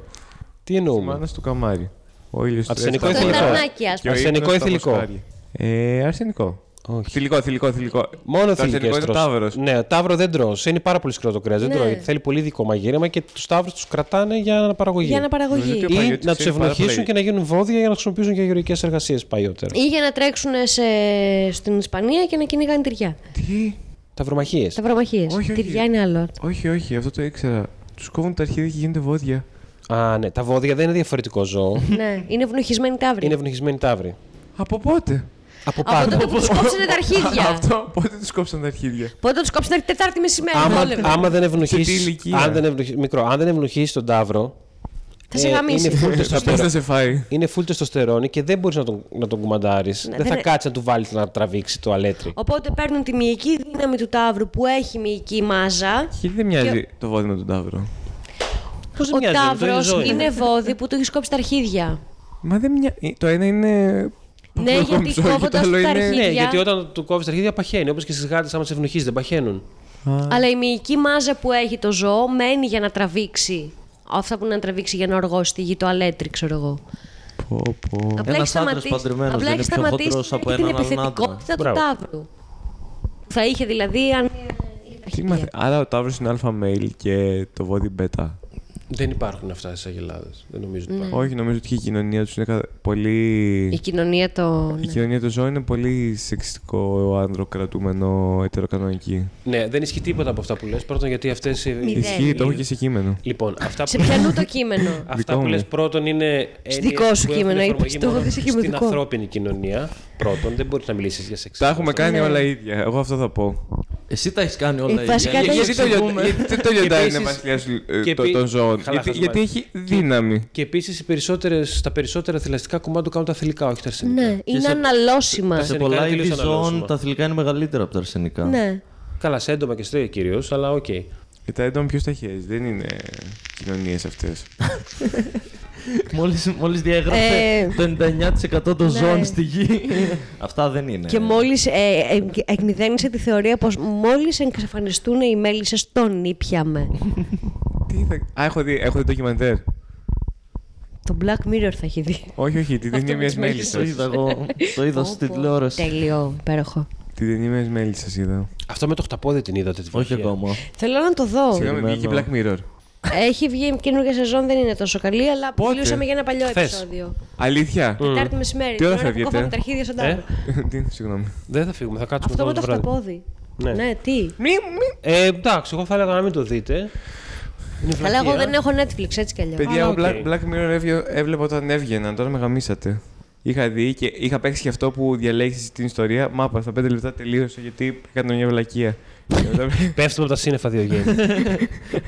B: Τι εννοούμε.
A: Μάνα του καμάρι. Ο ήλιος του
B: Αρσενικό
A: έφτασε.
D: το
B: θηλυκό.
D: ταρνάκι, ας
A: Και ο
D: πούμε.
B: Αρσενικό
A: ύπνος
B: ή
A: στα
B: θηλυκό?
A: μοσχάρια. Ε, αρσενικό.
B: Όχι.
A: Θηλυκό, θηλυκό, θηλυκό.
B: Μόνο
A: Το αρσενικό
B: θηλυκέ
A: είναι το τάβρο.
B: Ναι, ο τάβρο δεν τρώ. Είναι πάρα πολύ σκληρό το κρέας. Δεν
D: Ναι.
B: τρώει. Θέλει πολύ δικό μαγείρεμα και τους τάβρου τους κρατάνε για αναπαραγωγή.
D: Για αναπαραγωγή.
A: Νομίζω ότι ο
B: Ή
A: Παναγιώτης
B: να του
A: είναι πάρα
B: ευνοχήσουν
A: πολύ.
B: και να γίνουν βόδια για να χρησιμοποιήσουν για γεωργικές εργασίες παλιότερα.
D: Ή για να τρέξουν στην Ισπανία και να κυνηγάνε τυριά.
A: Τι.
B: Ταυρομαχίε.
D: Τα βρομαχίε.
A: Όχι, όχι.
D: Τυριά είναι άλλο.
A: Όχι, όχι, αυτό το ήξερα. Τους κόβουν τα αρχίδια και γίνονται βόδια.
B: Α, ναι. Τα βόδια δεν είναι διαφορετικό ζώο.
D: ναι, είναι ευνοχισμένη ταύρη.
B: είναι ευνοχισμένοι ταύροι.
A: Από πότε.
B: Ε, Από
D: Από
B: πάντα.
D: τότε που τους κόψανε τα αρχίδια.
A: Αυτό, πότε τους κόψαν τα αρχίδια.
D: Πότε τους κόψανε την Τετάρτη μεσημέρι. δόλευε.
B: Άμα, άμα δεν
A: Σε τι
B: ευνοχήσει.
A: ηλικία?
B: Αν δεν ευνοχι- μικρό, αν δεν ευνοχήσει τον τάβρο.
D: Θα σε
B: ε,
D: γαμίσει.
B: Είναι full
A: Θα πες
B: τεστοστερό-
A: να σε φάει.
B: Είναι full τεστοστερόνη και δεν μπορείς να τον, να τον κουμαντάρεις. δεν,
D: Ναι, δεν
B: θα
D: είναι-
B: κάτσει να του βάλεις να τραβήξει το αλέτρι.
D: Οπότε παίρνουν τη μυϊκή δύναμη του ταύρου που έχει μυϊκή μάζα.
A: Γιατί δεν μοιάζει το βόδι με τον τάβρο.
B: Πώς δεν
D: Ο
B: μοιάζει, αυτό είναι ζώο,
D: ταύρο
B: είναι.
D: είναι βόδι που του έχει κόψει τα αρχίδια.
A: Μα δεν μοιάζει. Το ένα είναι.
D: Ναι,
A: κομψό
D: γιατί
A: και το
D: κόβοντας
A: άλλο
D: τα
A: είναι-
D: αρχίδια.
B: Ναι, γιατί όταν του κόβεις τα αρχίδια παχαίνει. Όπως και στις γάτες, άμα σε ευνοχίζεις, δεν παχαίνουν.
D: Αλλά η μυϊκή μάζα που έχει το ζώο μένει για να τραβήξει. Αυτά που είναι να τραβήξει για να οργώσει τη γη, το αλέτρι, ξέρω εγώ.
A: Πω, πω.
D: Απλά
C: Ένας
D: έχει σταματήσει-
C: άντρας παντρεμένος
D: απλά έχει
C: δεν είναι πιο
D: σταματήσει
C: χοντρός
D: την-
C: από
D: την
C: έναν άλλον άντρα.
D: επιθετικότητα του
B: Μπράβο.
D: ταύρου. Θα είχε δηλαδή αν.
A: Τι μαθε... Άρα ο τάβρο είναι αλφα male και το βόδι μπέτα.
B: Δεν υπάρχουν αυτά στις αγελάδες. Δεν νομίζω
D: Ναι.
B: ότι υπάρχουν.
A: Όχι, νομίζω ότι η κοινωνία τους είναι κα- πολύ.
D: Η κοινωνία ναι. των.
A: Η κοινωνία του ζώων είναι πολύ σεξιστικό, ανδροκρατούμενο, ετεροκανονική. Ναι,
B: Ναι, δεν ισχύει τίποτα από αυτά που λες. Πρώτον, γιατί αυτές.
D: Μηδέν.
A: Ισχύει, το έχω και σε κείμενο.
B: Λοιπόν, αυτά
D: Σε
B: που,
D: πιανού το κείμενο.
B: αυτά
A: Δικό
B: που
A: μου.
B: λες πρώτον είναι. έννοιες
D: δικό σου
B: που έχουν
D: κείμενο,
B: εφαρμογή
D: είπες, το έχω
B: μόνο
D: δει σε κείμενο
B: Στην
D: δικό.
B: ανθρώπινη κοινωνία, πρώτον, δεν μπορείς να μιλήσεις για σεξ.
A: Τα έχουμε κάνει όλα ίδια. Εγώ αυτό θα πω.
C: Εσύ τα έχεις κάνει όλα
D: Ε,
C: ίδια.
D: βασικά
C: Για-
D: τα
C: για-
D: έχεις-
A: το λιον-
C: εξηγούμε.
A: γιατί το λιοντάρι είναι ε,
B: επίσης-
A: βασιλιά
B: και επί-
A: των ζώων.
B: Καλά,
A: Γιατί-
B: θα σου
A: Γιατί
B: πάρει.
A: έχει δύναμη.
B: Και επίσης τα περισσότερα θηλαστικά κομμάτια του κάνουν τα θηλυκά, όχι τα αρσενικά.
D: Ναι, είναι
C: σε-
D: αναλώσιμα.
C: Σε
B: αρσενικά
C: πολλά
B: είναι τελείως
C: είδη ζώων
B: αναλώσιμα.
C: τα θηλυκά είναι μεγαλύτερα από τα αρσενικά.
D: Ναι.
B: Καλά, σε έντομα και στρέγια κυρίως, αλλά οκ.
A: Και τα έντομα ποιο τα χέρι. Δεν είναι κοινωνίες αυτές.
C: Μόλις, μόλις διέγραψε
D: Ε,
C: το 99% των
D: ναι.
C: ζώων στη γη. Αυτά δεν είναι.
D: Και μόλις ε, ε, εκμυδένισε τη θεωρία πως μόλις εξαφανιστούν οι μέλισσες, τον ήπιαμε.
A: Τι θα. Α, έχω δει, έχω δει ντοκιμαντέρ.
D: το Black Mirror θα έχει δει.
A: Όχι, όχι, την ταινία μια μέλισσα.
C: Το είδα εγώ. Το είδα
D: Πω,
C: στην
D: πω.
C: τηλεόραση.
D: Τέλειο, υπέροχο.
A: Την ταινία μια μέλισσα είδα.
B: Αυτό με το χταπόδι την είδατε τη
C: Όχι
B: βροχή.
C: ακόμα.
D: Θέλω να το δω.
A: Συγγνώμη, βγήκε Black Mirror.
D: Έχει βγει καινούργια σεζόν, δεν είναι τόσο καλή, αλλά
A: Πότε?
D: μιλούσαμε για ένα παλιό
B: Χθες.
D: επεισόδιο.
A: Αλήθεια.
D: Τετάρτη μεσημέρι.
A: Τι
D: την
A: ώρα θα
D: που
A: βγείτε?
D: κόβαμε τα αρχίδια στον τάβρο.
A: Τι είναι, Συγγνώμη.
B: Δεν θα φύγουμε, θα κάτσουμε
D: Αυτό με
B: εδώ
D: το
B: όλο Ε, βράδυ.
D: χταπόδι.
B: Ναι.
D: Ναι, τι.
B: Ε, εντάξει, εγώ θα έλεγα να μην το δείτε. Είναι
D: Αλλά εγώ
B: βλακεία.
D: δεν έχω Netflix, έτσι κι αλλιώς.
A: Ε, Παιδιά, εγώ
B: οκ.
A: Black, Black Mirror έβγε- έβλεπα όταν έβγαιναν, τώρα με γαμίσατε. Είχα δει και είχα παίξει και αυτό που διαλέξεις την ιστορία. Μάπα, στα 5 λεπτά τελείωσε γιατί έκανε μια βλακεία. Και μετά-
B: Πέφτουμε από τα σύννεφα δύο γέννη.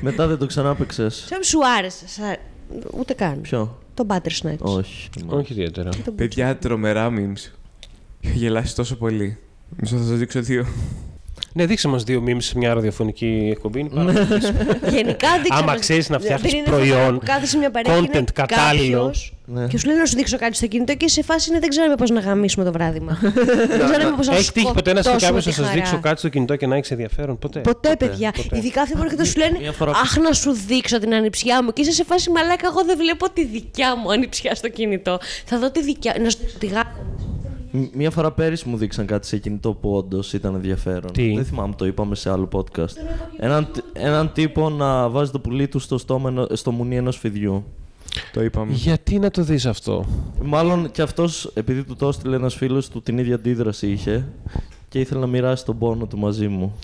C: Μετά δεν το ξανάπαιξες.
D: Σαν σου άρεσε. σα- Ούτε καν.
C: Ποιο.
D: Το Butter Snacks.
C: Όχι.
B: όχι ιδιαίτερα.
A: Παιδιά, τρομερά memes. Είχα γελάσεις τόσο πολύ. Μισό θα σας δείξω δύο.
B: ναι, δείξε μας δύο μήνε σε μια ραδιοφωνική εκπομπή.
C: Ναι.
B: είναι πάρα πολύ χρήσιμο.
D: Γενικά δείξα.
B: Άμα
D: μας-
B: ξέρεις να
D: δεν
B: φτιάχνεις
D: είναι
B: προϊόν,
D: φοβερό που κάθεσαι μια παρέα και είναι
B: content κατάλληλο.
D: κάποιος
A: Ναι.
D: Και σου λέει να σου δείξω κάτι στο κινητό και σε φάση είναι δεν ξέραμε πώς να γαμίσουμε το βράδυ μα. δεν ξέραμε πώς να
B: Έχει τύχει ποτέ ένα και
D: σκοτώσουμε
B: κάποιος
D: τη
B: να σας
D: χαρά.
B: δείξω κάτι στο κινητό και να έχεις ενδιαφέρον. Ποτέ.
D: Ποτέ, παιδιά. Ειδικά αυτοί που έρχονται και σου λένε
C: Μια φορά-
D: Αχ, να σου δείξω την ανιψιά μου. Και είσαι σε φάση μαλάκα. Εγώ δεν βλέπω τη δικιά μου ανιψιά στο κινητό. Θα δω τη δικιά. Να σου δείξω τη γάτα. μου».
C: Μ- Μία φορά πέρυσι μου δείξαν κάτι σε κινητό που όντως ήταν ενδιαφέρον.
B: Τι?
C: Δεν θυμάμαι, το είπαμε σε άλλο podcast. Έναν, τ- έναν τύπο να βάζει το πουλί του στο, στόμα, ενο- στο μουνί ενός φιδιού.
A: Το είπαμε.
B: Γιατί να το δεις αυτό.
C: Μάλλον και αυτός, επειδή του το έστειλε ένας φίλος του, την ίδια αντίδραση είχε και ήθελε να μοιράσει τον πόνο του μαζί μου.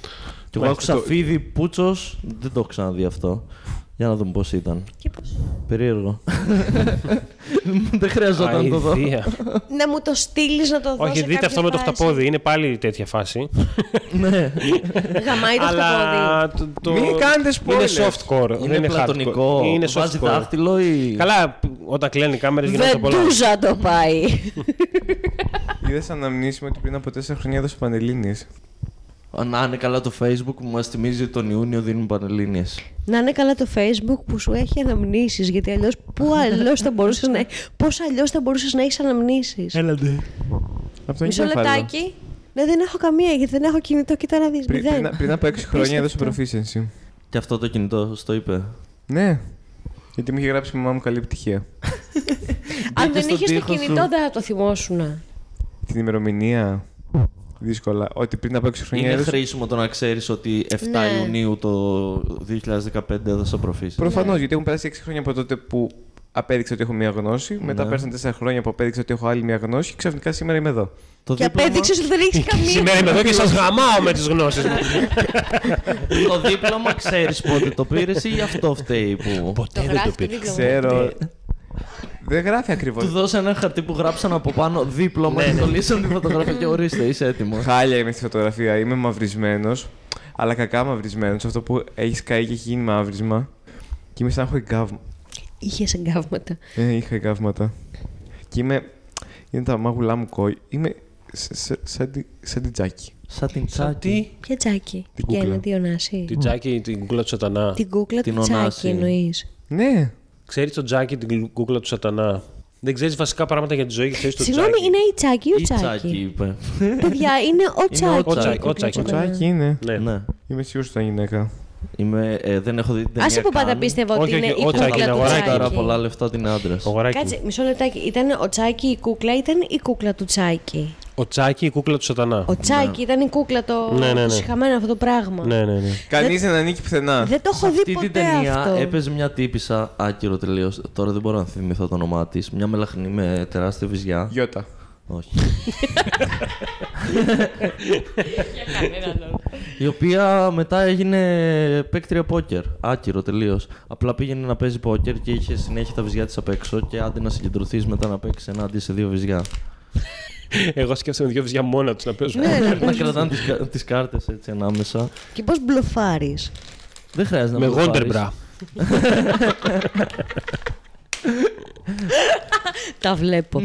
C: Και εγώ άκουσα φίδι πούτσος, δεν το έχω ξαναδεί αυτό. Για να δούμε πώς ήταν.
D: Και πώς-
C: Περίεργο. δεν χρειαζόταν να το δω.
B: Αηδία.
D: Να μου το στείλεις να το δω.
B: Όχι,
D: σε
B: δείτε
D: κάποια
B: αυτό με το
D: φάση.
B: χταπόδι. Είναι πάλι τέτοια φάση.
C: ναι.
D: Γαμάει το χταπόδι.
B: Αλλά. το- το-
A: Μην κάνετε
B: Είναι
A: spoilers.
B: softcore.
C: Είναι,
B: Δεν είναι
C: πλατωνικό.
B: hardcore. Είναι
C: Βάζει
B: softcore.
C: δάχτυλο ή.
B: Καλά, π- όταν κλαίνουν οι κάμερες γίνονται πολλά.
D: Βεντούζα το πάει.
A: Είδες αναμνήσεις με ότι πριν από 4 χρόνια έδωσε πανελίνε.
C: Α, Να είναι καλά το Facebook που μας θυμίζει τον Ιούνιο δίνουν πανελλήνιες.
D: Να είναι καλά το Facebook που σου έχει αναμνήσεις, γιατί αλλιώς πού αλλιώς θα μπορούσες να... Πώς αλλιώς θα μπορούσες να έχεις αναμνήσεις.
B: Ε,
C: Έλατε.
A: Αυτό
D: Μισό λεπτάκι. Ναι, δεν έχω καμία, γιατί δεν έχω κινητό. Κοίτα να δεις,
A: Πριν,
D: μηδέν.
A: πριν, πριν από 6 χρόνια έδωσε proficiency.
C: Και αυτό το κινητό στο είπε.
A: Ναι. Γιατί μου είχε γράψει η μαμά μου καλή επιτυχία.
D: Αν
C: Μπήκε
D: δεν
C: στον
D: είχες το
C: τοίχο
D: κινητό,
C: σου.
D: δεν θα το θυμόσουν.
A: Την ημερομηνία. Δύσκολα. Ότι πριν από 6 χρόνια
C: Είναι
A: έδωσε.
C: χρήσιμο το να ξέρεις ότι 7
D: Ναι.
C: Ιουνίου το 2015 έδωσα προφήσεις.
A: Προφανώς, γιατί έχουν περάσει 6 χρόνια από τότε που απέδειξα ότι έχω μία γνώση. Μετά πέρασαν 4 χρόνια που απέδειξα ότι έχω άλλη μία γνώση και ξαφνικά σήμερα είμαι εδώ.
C: Το
D: Και
C: δίπλωμα-
D: απέδειξες ότι δεν έχεις καμία.
B: Σήμερα είμαι εδώ και σας γαμάω με τις γνώσεις μου.
C: Το δίπλωμα ξέρεις πότε το πήρες ή γι' αυτό φταίει που...
D: Το
B: Ποτέ δεν το
D: γράφει,
B: πήρα.
D: δεν
A: Ξέρω. Δεν γράφει
C: Του
A: ακριβώ.
C: δώσε ένα χαρτί που γράψαν από πάνω δίπλωμα και το λύσαν τη φωτογραφία και ορίστε, είσαι έτοιμος.
A: Χάλια είμαι στη φωτογραφία. Είμαι μαυρισμένος. Αλλά κακά μαυρισμένος. Αυτό που έχεις καεί και έχει γίνει μαύρισμα. Και είμαι σαν να έχω εγκάβμα.
D: Είχες εγκάβματα.
A: Ε, είχα εγκάβματα. Και είμαι. Είναι τα μάγουλά μου κόη. Είμαι σ- σ- σαν τη- σαν την τζάκι.
C: Σαν την τσάτη.
D: Ποια τζάκι.
A: Την
D: Για
A: κούκλα.
D: ένα δύο νάση.
B: Την Τζάκι, την κούκλα του Σατανά.
D: Την κούκλα
C: Την
D: του τσάκι
C: ονάση.
D: εννοείς.
A: Ναι.
B: Ξέρεις τον Τζάκι, την κούκλα του Σατανά. Δεν ξέρεις βασικά πράγματα για τη ζωή και ξέρεις τον
D: Συγγνώμη,
B: Τζάκι.
D: είναι η τσάκι ή ο
C: Ή τσάκι
D: τσάκι.
C: είπε.
D: Παιδιά, είναι ο τσάκι.
C: ο Τσάκη,
B: ο Τσάκη.
A: Το τζάκι είναι.
B: Ναι.
C: Ναι.
A: Είμαι σίγουρος ότι ήταν γυναίκα.
C: Είμαι, ε, δεν έχω δει την ταινία.
D: Άσε που πάντα
C: καν.
D: πίστευα ότι
B: Όχι,
D: είναι η
B: όχι, ο Τσάκης
D: κούκλα
B: είναι
D: του
B: αγοράκι.
C: Τώρα
D: τσάκι.
C: πολλά λεφτά την άντρα.
B: Αγοράκι.
D: Κάτσε, μισό λεπτάκι. Ήταν ο Τσάκι η κούκλα, ήταν η κούκλα του Τσάκι.
B: Ο Τσάκι, η κούκλα του Σατανά.
D: Ο Τσάκι ήταν η κούκλα το
B: Ναι, ναι, ναι.
D: το συχαμένο αυτό το πράγμα.
B: Ναι, ναι, ναι.
A: Κανείς δεν ανήκει πουθενά.
D: Δεν το
C: Σε
D: έχω δει
C: αυτή την
D: ποτέ
C: ταινία
D: αυτό.
C: έπαιζε μια τύπησα άκυρο τελείως. Τώρα δεν μπορώ να θυμηθώ το όνομά της. Μια μελαχνή με τεράστια βυζιά.
A: Γιώτα.
C: Όχι. Η οποία μετά έγινε παίκτρια πόκερ. Άκυρο τελείως. Απλά πήγαινε να παίζει πόκερ και είχε συνέχεια τα βυζιά της απ' έξω και άντε να συγκεντρωθείς μετά να παίξεις ενάντια σε δύο βυζιά.
B: Εγώ σκέφτομαι δύο βυζιά μόνα τους να παίζουν.
D: Ναι, ναι.
C: να κρατάνε τις κα- τις κάρτες έτσι ανάμεσα.
D: Και πώς μπλοφάρεις.
C: Δεν χρειάζεται να
B: Με
C: το πάρεις.
B: γόντερμπρα.
D: Τα βλέπω.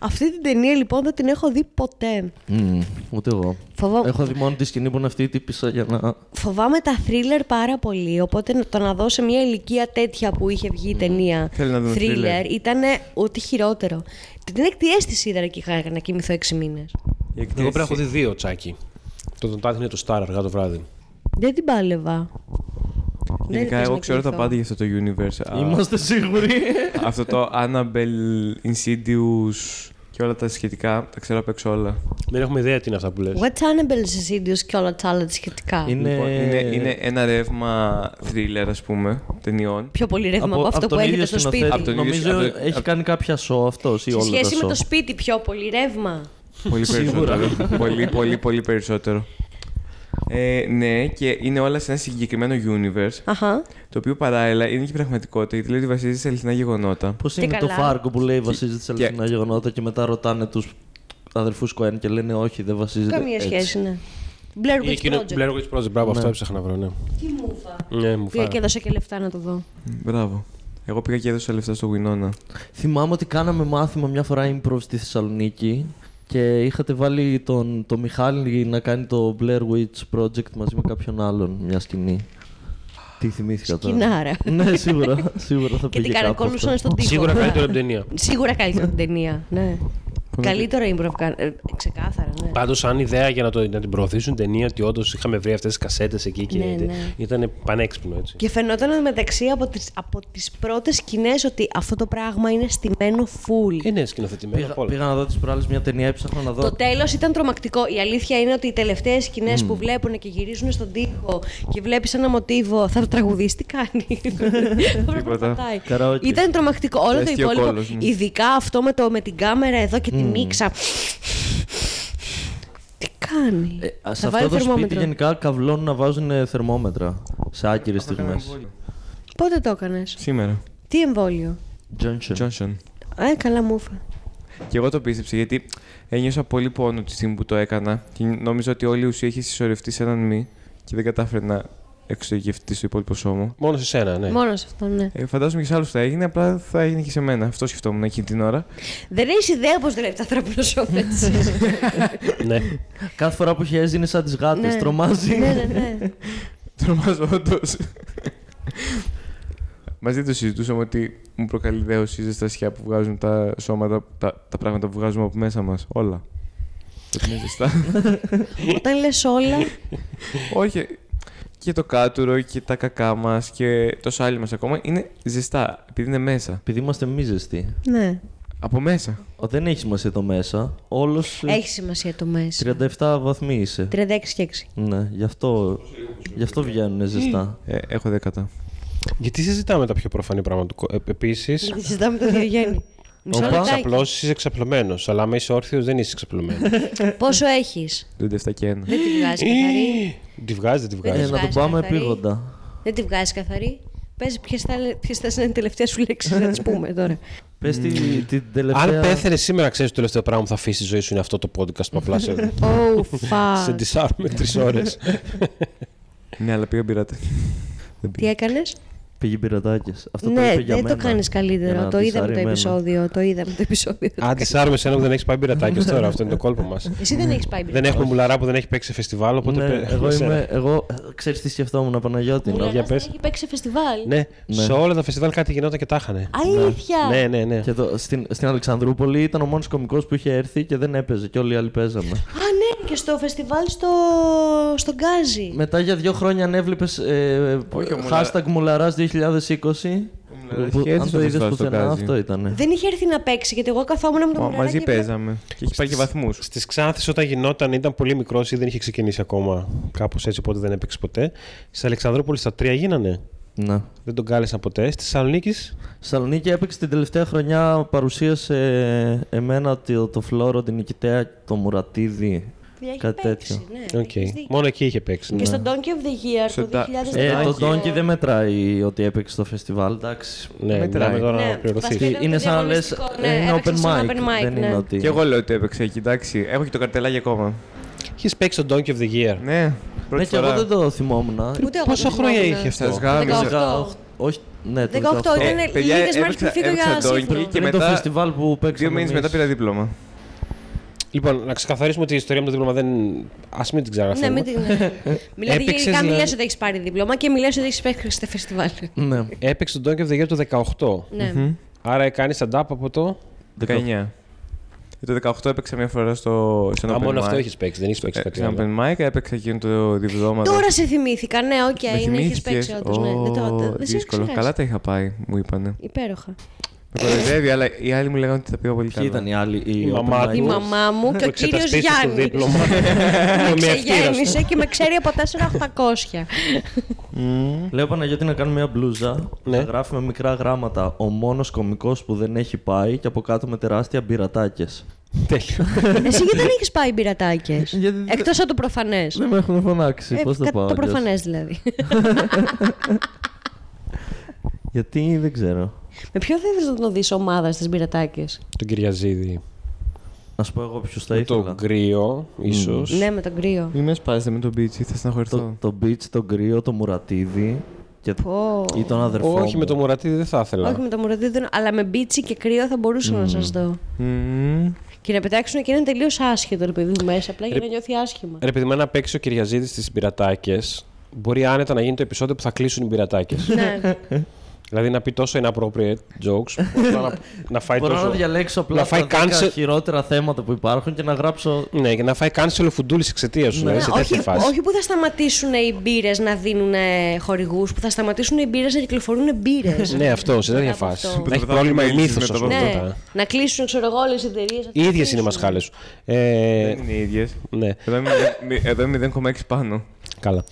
D: Αυτή την ταινία λοιπόν δεν την έχω δει ποτέ.
C: Μμμ, ούτε εγώ.
D: Φοβα-
C: Έχω δει μόνο τη σκηνή που είναι αυτή η τύπησα για να.
D: Φοβάμαι τα θρίλερ πάρα πολύ. Οπότε να- το να δω σε μια ηλικία τέτοια που είχε βγει η ταινία
A: Θέλει να δούμε thriller.
D: ήταν ό,τι χειρότερο. Την έκτη αίσθηση είδα και είχα να κοιμηθώ 6 μήνες.
A: Η
B: Εγώ πρέπει να έχω δει δύο Τσάκι. Το τον τάθινε το Σταρ αργά το βράδυ.
D: Δεν την πάλευα.
A: Γενικά,
D: Δεν ελπίζω
A: εγώ
D: να
A: ξέρω τα
D: κοιμηθώ.
A: πάντα για αυτό το universe. Α,
C: Είμαστε σίγουροι.
A: αυτό το Annabelle, Insidious και όλα τα σχετικά. Τα ξέρω απ' έξω όλα.
B: Δεν έχουμε ιδέα τι είναι αυτά που λες.
D: What's Annabelle's Insidious και όλα τα άλλα σχετικά.
C: Είναι-
A: Λοιπόν, είναι, είναι ένα ρεύμα thriller, ας πούμε, ταινιών.
D: Πιο πολύ ρεύμα από, αυτό που
C: τον ίδιο
D: έχετε στο
C: σκηνοθέτη.
D: σπίτι.
A: Από τον ίδιο
C: Νομίζω
A: σκηνοθέτη.
C: έχει
A: Από-
C: κάνει κάποια show αυτός ή
D: Σε
C: όλα τα
D: σχέση με
C: show.
D: το σπίτι, πιο πολύ ρεύμα.
A: Πολύ
C: Σίγουρα.
A: περισσότερο. πολύ, πολύ, πολύ περισσότερο. Ε, ναι, και είναι όλα σε ένα συγκεκριμένο universe,
D: Αχα.
A: το οποίο παράλληλα είναι και η πραγματικότητα, γιατί λέει ότι βασίζεται σε αληθινά γεγονότα.
C: Πώς
D: Τι
C: είναι το
D: καλά.
C: φάρκο που λέει βασίζεται σε
A: και-
C: αληθινά γεγονότα και μετά ρωτάνε τους αδερφούς Κοέν και λένε Όχι, δεν βασίζεται.
D: Καμία
C: έτσι».
D: σχέση, ναι. Blair Witch
B: Εκείνο
D: Project.
B: Blair Witch Project, μπράβο, αυτό έψαχνα να βρω, ναι.
D: Τι μου είπα.
B: Ναι, μου
D: Πήγα και
B: φάνηκε.
D: έδωσα και λεφτά να το δω.
A: Μπράβο. Εγώ πήγα και έδωσα λεφτά στο Winona.
C: Θυμάμαι ότι κάναμε μάθημα μια φορά improv στη Θεσσαλονίκη και είχατε βάλει τον, τον Μιχάλη να κάνει το Blair Witch Project μαζί με κάποιον άλλον μια σκηνή. Τι θυμήθηκα τώρα.
D: Σκηνάρα.
C: ναι, σίγουρα. σίγουρα θα
D: Και
C: πήγε
D: την
C: κάπου αυτό.
D: καρακολούσαν στον τοίχο.
B: Σίγουρα
D: Ναι.
B: καλύτερο από την ταινία.
D: Σίγουρα καλύτερο από την ταινία. Ναι. Καλύτερο improv. κα- ε, Ξεκάθαρα, ναι.
B: Πάντως, αν ιδέα για να, το, να την προωθήσουν ταινία ότι όντως είχαμε βρει αυτές τις κασέτες εκεί και
D: Ναι, ναι.
B: ήταν πανέξυπνο έτσι.
D: Και φαινόταν μεταξύ από τις, από τις πρώτες σκηνές ότι αυτό το πράγμα είναι στημένο full.
B: Ε, ναι, σκηνοθετημένο
C: Πήγα,
B: απ' όλα.
C: πήγα να δω τις προάλλες μια ταινία, έψαχνα να δω.
D: Το τέλος ήταν τρομακτικό. Η αλήθεια είναι ότι οι τελευταίες σκηνές που βλέπουν και γυρίζουν στον τοίχο και βλέπεις ένα μοτίβο. Θα τραγουδίσει, τι κάνει. Περπατάει.
C: Καραόκε.
D: Ήταν τρομακτικό. Όλο το
A: Αστείο
D: υπόλοιπο.
A: κόλλος, ναι.
D: Ειδικά αυτό με, το, με την κάμερα εδώ και τη μίξα. Τι κάνει.
C: Ε,
D: Θα
C: σε
D: βάλει
C: αυτό το σπίτι
D: θερμόμετρο.
C: γενικά καυλώνουν να βάζουν ε, θερμόμετρα σε άκυρες στιγμέ.
D: Πότε το έκανες.
A: Σήμερα.
D: Τι εμβόλιο.
C: Johnson.
A: Johnson.
D: Α, καλά μου έφα.
A: Και εγώ το πίστεψα γιατί ένιωσα πολύ πόνο τη στιγμή που το έκανα και νόμιζα ότι όλη η ουσία είχε συσσωρευτεί σε έναν μη και δεν κατάφερα να εξογευτεί στο υπόλοιπο σώμα.
B: Μόνο σε σένα, ναι.
D: Μόνο σε αυτό, ναι.
A: Ε, φαντάζομαι και σε άλλους θα έγινε, απλά θα έγινε και σε μένα. Αυτό σκεφτόμουν εκείνη την ώρα.
D: Δεν έχεις ιδέα πώς δουλεύει το ανθρώπινο σώμα έτσι.
B: ναι.
C: Κάθε φορά που χαίζει είναι σαν τις γάτες,
D: Ναι.
C: τρομάζει.
D: ναι, ναι, ναι.
A: Τρομάζω, όντως. Μαζί το συζητούσαμε ότι μου προκαλεί δέωση η ζεστασιά που βγάζουν τα σώματα, τα, τα πράγματα που βγάζουμε από μέσα μας. Όλα. Ότι είναι ζεστά.
D: Όταν λες όλα.
A: Όχι. Και το κάτουρο και τα κακά μας και το σάλι μας ακόμα είναι ζεστά, επειδή είναι μέσα.
C: Επειδή είμαστε μη ζεστοί.
D: ναι.
A: Από μέσα.
C: Ο, Δεν έχει σημασία το μέσα. Όλος.
D: Έχει σημασία το μέσα.
C: 37 βαθμοί είσαι.
D: 36 και 6.
C: Ναι, γι' αυτό, γι αυτό βγαίνουν ζεστά.
A: Ε, έχω δέκατα.
B: Γιατί συζητάμε τα πιο προφανή ε, πράγματα. Επίσης,
D: Γιατί συζητάμε το Διογέννη. Μισό
C: Όπα.
D: λεπτάκι.
B: απλώ είσαι εξαπλωμένο. Αλλά άμα είσαι όρθιος, δεν είσαι εξαπλωμένο.
D: Πόσο έχεις.
A: Δεν 7 και 1.
D: Δεν τη βγάζεις καθαρή.
B: τη βγάζει, δεν τη
C: Ε,
B: βγάζει.
C: να το
D: βγάζεις
C: πάμε
D: καθαρή.
C: επίγοντα.
D: Δεν τη βγάζεις καθαρή. Πες ποιες θα, ποιες θα είναι οι τελευταίες σου λέξεις να τις πούμε τώρα.
C: Πες την, την
B: Αν
C: τελευταία.
B: πέθανε σήμερα, ξέρεις το τελευταίο πράγμα που θα αφήσεις τη ζωή σου είναι αυτό το podcast που απλά σε,
D: Oh,
B: σε
D: fuck.
B: ντισάρουμε τρεις ώρες.
A: Ναι, αλλά πήγα πειράτα. Δεν
D: Τι
A: πήγα.
D: έκανες?
C: Πήγε πειρατάκε. Αυτό το
D: ναι,
C: είπε για
D: δεν το
C: μένα.
D: κάνεις
C: Για
D: καλύτερο.
C: να
D: Το είδαμε το
C: τυσάρει εμένα.
D: επεισόδιο. Το είδαμε το επεισόδιο.
B: Αν ντισάρουμε σε ένα που δεν έχει πάει πειρατάκια τώρα, αυτό είναι το κόλπο μας.
D: Εσύ δεν έχεις πάει
B: δεν
D: μπροστά.
B: έχουμε μουλαρά που δεν έχει παίξει σε φεστιβάλ, οπότε.
C: Ναι,
B: πε-
C: εγώ
B: σε-
C: είμαι. Εγώ, ξέρεις τι σκεφτόμουν, Παναγιώτη.
D: Μου
C: να-
D: λένε,
B: για
D: «Ας
B: πες».
D: Έχει παίξει σε φεστιβάλ.
B: Ναι,
C: Ναι.
B: σε όλα τα φεστιβάλ κάτι γινόταν και τα χανε.
D: Αλήθεια.
B: Ναι, ναι, ναι.
C: Και το, στην, στην Αλεξανδρούπολη ήταν ο μόνος κωμικός που είχε έρθει και δεν έπαιζε και όλοι οι άλλοι παίζαμε.
D: Α, ναι, και στο φεστιβάλ στο, στο Γκάζι.
C: Μετά για δύο χρόνια αν έβλεπε. Ε,
A: Όχι, ο Μουλα-
C: hashtag μουλαράς 2020.
A: Μουλαράς
C: που-
A: είχε έρθει
C: Αν
A: στο
C: το είδε
A: φεστιβάλ στο
C: πουθενά,
A: Γκάζι.
C: αυτό ήταν.
D: Δεν είχε έρθει να παίξει, γιατί εγώ καθόμουν με τον
A: Μα-
D: Μουραρά
A: μαζί
D: και-
A: παίζαμε. Και έχει πάρει και βαθμούς.
B: Στις Ξάνθε, όταν γινόταν, ήταν πολύ μικρός ή δεν είχε ξεκινήσει ακόμα κάπως έτσι, οπότε δεν έπαιξε ποτέ. Στη Αλεξανδρούπολη στα τρία γίνανε.
C: Ναι.
B: Δεν τον κάλεσαν ποτέ. Στη Θεσσαλονίκη.
C: Σαλονίκη έπαιξε την τελευταία χρονιά, παρουσίασε ε, εμένα, το, το Φλόρο, την Νικητέα, το Μουρατίδη.
D: Έχει
C: Κάτι
D: παίξει,
C: τέτοιο.
D: ναι,
B: Οκ.
D: έχεις δίκιο.
B: Μόνο εκεί είχε παίξει. Ναι,
D: Και στο Donkey of the Year
A: Στο
D: το
A: Dun-
D: 2010.
C: Ε, το
A: Εντάξει.
C: Donkey δεν μετράει ότι έπαιξε στο φεστιβάλ, εντάξει.
B: Ναι,
A: μετράει.
B: μιλάμε τώρα να
D: Ναι, βασικά
B: πληρωθεί.
D: ήταν
C: Είναι
D: το
C: σαν να λες.
D: διαγωνιστικό, ναι,
C: Είναι open
D: έπαιξε σαν
C: mic.
D: open mic,
C: Δεν
D: ναι.
C: είναι ότι.
A: Και εγώ λέω ότι έπαιξε εκεί, εντάξει. Έχω και το καρτελάκι ακόμα.
B: Είχε παίξει το Donkey of the Year.
A: Ναι,
C: Ναι,
A: πρώτη
C: και εγώ
A: φορά.
C: δεν το θυμόμουν.
D: Ούτε εγώ
B: Πόσα
D: το
B: χρόνια
D: θυμόμουν.
B: είχες
A: Σας
B: αυτό.
A: γάμισα.
D: 18.
C: Όχι, ναι, το
D: 18
C: 18.
D: ήταν
A: Ε, παιδιά,
D: λίγες μέρες
A: έπαιξα-
D: πριν φύγω για
A: έπαιξα donkey
D: σύμφωνο.
A: και
C: Πριν το
A: μετά-
C: φεστιβάλ που παίξαμε.
A: Δύο μήνες
C: εμείς.
A: μετά πήρα δίπλωμα.
B: Λοιπόν, να ξεκαθαρίσουμε ότι η ιστορία με το δίπλωμα δεν. Ας μην την
D: Ναι,
B: ξαναφέρουμε.
D: μην την. ναι. Μιλάτε για
B: Έπαιξες,
D: γενικά,
B: δηλαδή.
D: μιλάς ότι έχεις πάρει δίπλωμα και μιλάς ότι έχεις παίξει στο φεστιβάλ.
B: Ε,
C: Ναι.
B: Έπαιξε το Donkey of the Year το 18.
D: Ναι.
B: Άρα κάνεις stand-up από το.
A: 19. Ε, Το 18 έπαιξα μια φορά στο σε ένα
B: Α,
A: open
B: μόνο
A: mic.
B: αυτό έχεις παίξει, δεν έχεις παίξει
A: Ε,
B: κάτι
A: σε ένα
B: άλλο.
A: open mic, έπαιξα εκείνο το διπλώμα.
D: Τώρα σε θυμήθηκα, ναι, οκ,
A: με
D: είναι, έχεις
A: θυμήθηκες.
D: παίξει όντως. Ναι, δεν το
A: Ω,
D: δεν- δεν σε
A: δύσκολο.
D: ξεχάσει.
A: Καλά τα είχα πάει, μου είπανε.
D: Υπέροχα. Ε.
A: Με κοροϊδεύει, αλλά οι άλλοι μου λέγανε ότι τα πήγα πολύ
C: Ποιοι
A: καλά.
C: ήταν οι άλλοι. Η,
B: Η μαμά
D: Η
B: τους.
D: μαμά μου και ο κύριο
B: εξεταστής στο
D: Γιάννης.
B: δίπλωμα.
D: Με
B: Με ευθύρα.
D: ξεγέννησε και με ξέρει από 4800.
C: Λέω Παναγιώτη να κάνουμε μια μπλούζα.
B: Ναι.
C: Θα γράφει με μικρά γράμματα ο μόνος κωμικός που δεν έχει πάει και από κάτω με τεράστια μπυρατάκε.
B: Τέλειο.
D: Εσύ γιατί δεν έχεις πάει πειρατάκε.
C: Γιατί δεν-
D: Εκτός από το προφανές.
C: Δεν με έχουν φωνάξει. Πώς το πάω.
D: Ε, Το
C: αλλιώς.
D: προφανές δηλαδή.
C: Γιατί δεν ξέρω.
D: Με ποιο θα ήθελε να τον δεις ομάδας στι πειρατάκε.
B: Τον Κυριαζίδη.
C: Α πω εγώ ποιους θα
B: Με
C: ήθελα.
B: το γκρίο, ίσως.
D: Ναι, με τον κρύο.
A: Μην με σπάζετε με τον πίτσι, θα
C: Το,
A: στεναχωρηθώ.
C: το beach, τον κρύο, το μουρατίδι και
D: Πω.
C: ή τον αδερφό.
B: Όχι,
C: μου.
B: με το Μουρατίδη δεν θα ήθελα.
D: Όχι με το μουραδίδι, αλλά με μπίτσι και κρύο θα μπορούσα να σας δω.
A: Μμμ.
D: Και να πετάξουν και είναι τελείως άσχετο ρε παιδί μου, μέσα, απλά για να νιώθει άσχημα.
B: Ρε, επειδή με να παίξει ο Κυριαζίδης στις πειρατάκε, μπορεί άνετα να γίνει το επεισόδιο που θα κλείσουν οι πειρατάκε.
D: ναι.
B: δηλαδή να πει τόσο inappropriate jokes, που απλά να, να φάει
C: Μπορώ να
B: τόσο.
C: διαλέξω απλά
B: να
C: τα
B: φάει
C: δέκα
B: cancel-
C: χειρότερα θέματα που υπάρχουν και να γράψω.
B: Ναι, και να φάει cancel ο φουντούλης εξαιτίας σου.
D: Ναι,
B: δηλαδή, σε
D: όχι,
B: τέτοια φάση.
D: όχι που θα σταματήσουν οι μπύρες να δίνουν χορηγούς, που θα σταματήσουν οι μπύρες να κυκλοφορούν μπύρες.
B: Ναι, αυτό, σε τέτοια
D: από
B: φάση.
D: αυτό.
B: Να έχει
A: Μετά
B: πρόβλημα η
A: θα μιλήσεις
B: μύθο.
A: μετά από
D: ναι. Να κλείσουν, ξέρω εγώ, όλες οι εταιρείες.
B: Οι ίδιες είναι οι μασχάλε σου. Ε,
A: Δεν είναι οι ίδιες.
B: ναι,
A: Εδώ είμαι- μη- Εδώ είμαι 0,6 πάνω.
B: καλά.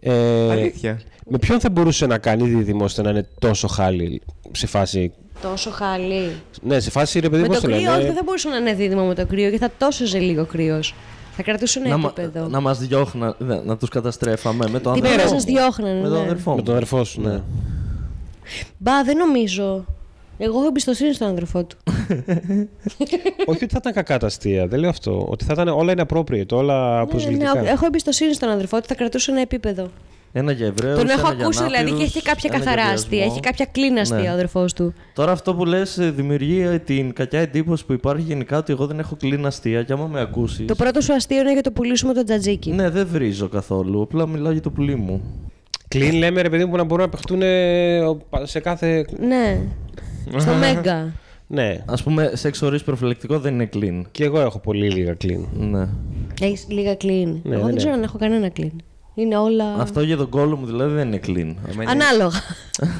B: Ε,
A: Αλήθεια.
B: με ποιον θα μπορούσε να κάνει δίδυμο ώστε να είναι τόσο χάλι σε φάση.
D: Τόσο χαλή.
B: Ναι, σε φάση ρε παιδί,
D: με
B: πώς
D: το
B: το
D: κρύο,
B: λένε.
D: όχι, δεν θα μπορούσε να είναι δίδυμο με το κρύο, γιατί θα τόσοζε λίγο κρύος. Θα κρατούσαν
C: να, μα-
D: επίπεδο.
C: να μας διώχνα, δε- να τους καταστρέφαμε με τον
D: Τι
C: αδερφό
D: πρέπει να
C: μου.
D: σας διώχνανε.
C: Με τον
D: ναι.
C: αδερφό μου.
B: Με τον αδερφό σου, ναι.
D: Μπα, δεν νομίζω. Εγώ έχω εμπιστοσύνη στον αδερφό του.
B: Όχι ότι θα ήταν κακά τα αστεία, δεν λέω αυτό. Ότι θα ήταν όλα inappropriate, όλα
D: Ναι, ναι,
B: προσβλητικά.
D: έχω εμπιστοσύνη στον αδερφό του, θα κρατούσε ένα επίπεδο.
C: Ένα για Εβραίους.
D: Τον έχω ακούσει δηλαδή και έχει κάποια καθαρά αστεία. Έχει κάποια κλίνα αστεία ο αδερφός του.
C: Τώρα αυτό που λες δημιουργεί ε, την κακιά εντύπωση που υπάρχει γενικά ότι εγώ δεν έχω κλίνα αστεία και άμα με ακούσεις.
D: Το πρώτο σου αστείο είναι για το πουλί σου με τον τζατζίκι.
C: Ναι, δεν βρίζω καθόλου. Απλά μιλάω για το πουλί μου.
B: Κλείν λέμε ρε παιδί μου που να μπορούν να παιχτούν σε κάθε.
D: Ναι. Στο Μέγκα.
B: Ναι.
C: Ας πούμε, σεξ χωρί προφυλακτικό δεν είναι clean.
B: Και εγώ έχω πολύ λίγα κλείν.
C: Ναι.
D: Έχεις λίγα clean.
B: Ναι,
D: Εγώ
B: δεν
D: δεν ξέρω
B: έχω.
D: αν έχω κανένα clean. Είναι όλα.
C: Αυτό για τον κόλλο μου δηλαδή δεν είναι clean. Εμένα-
D: Ανάλογα.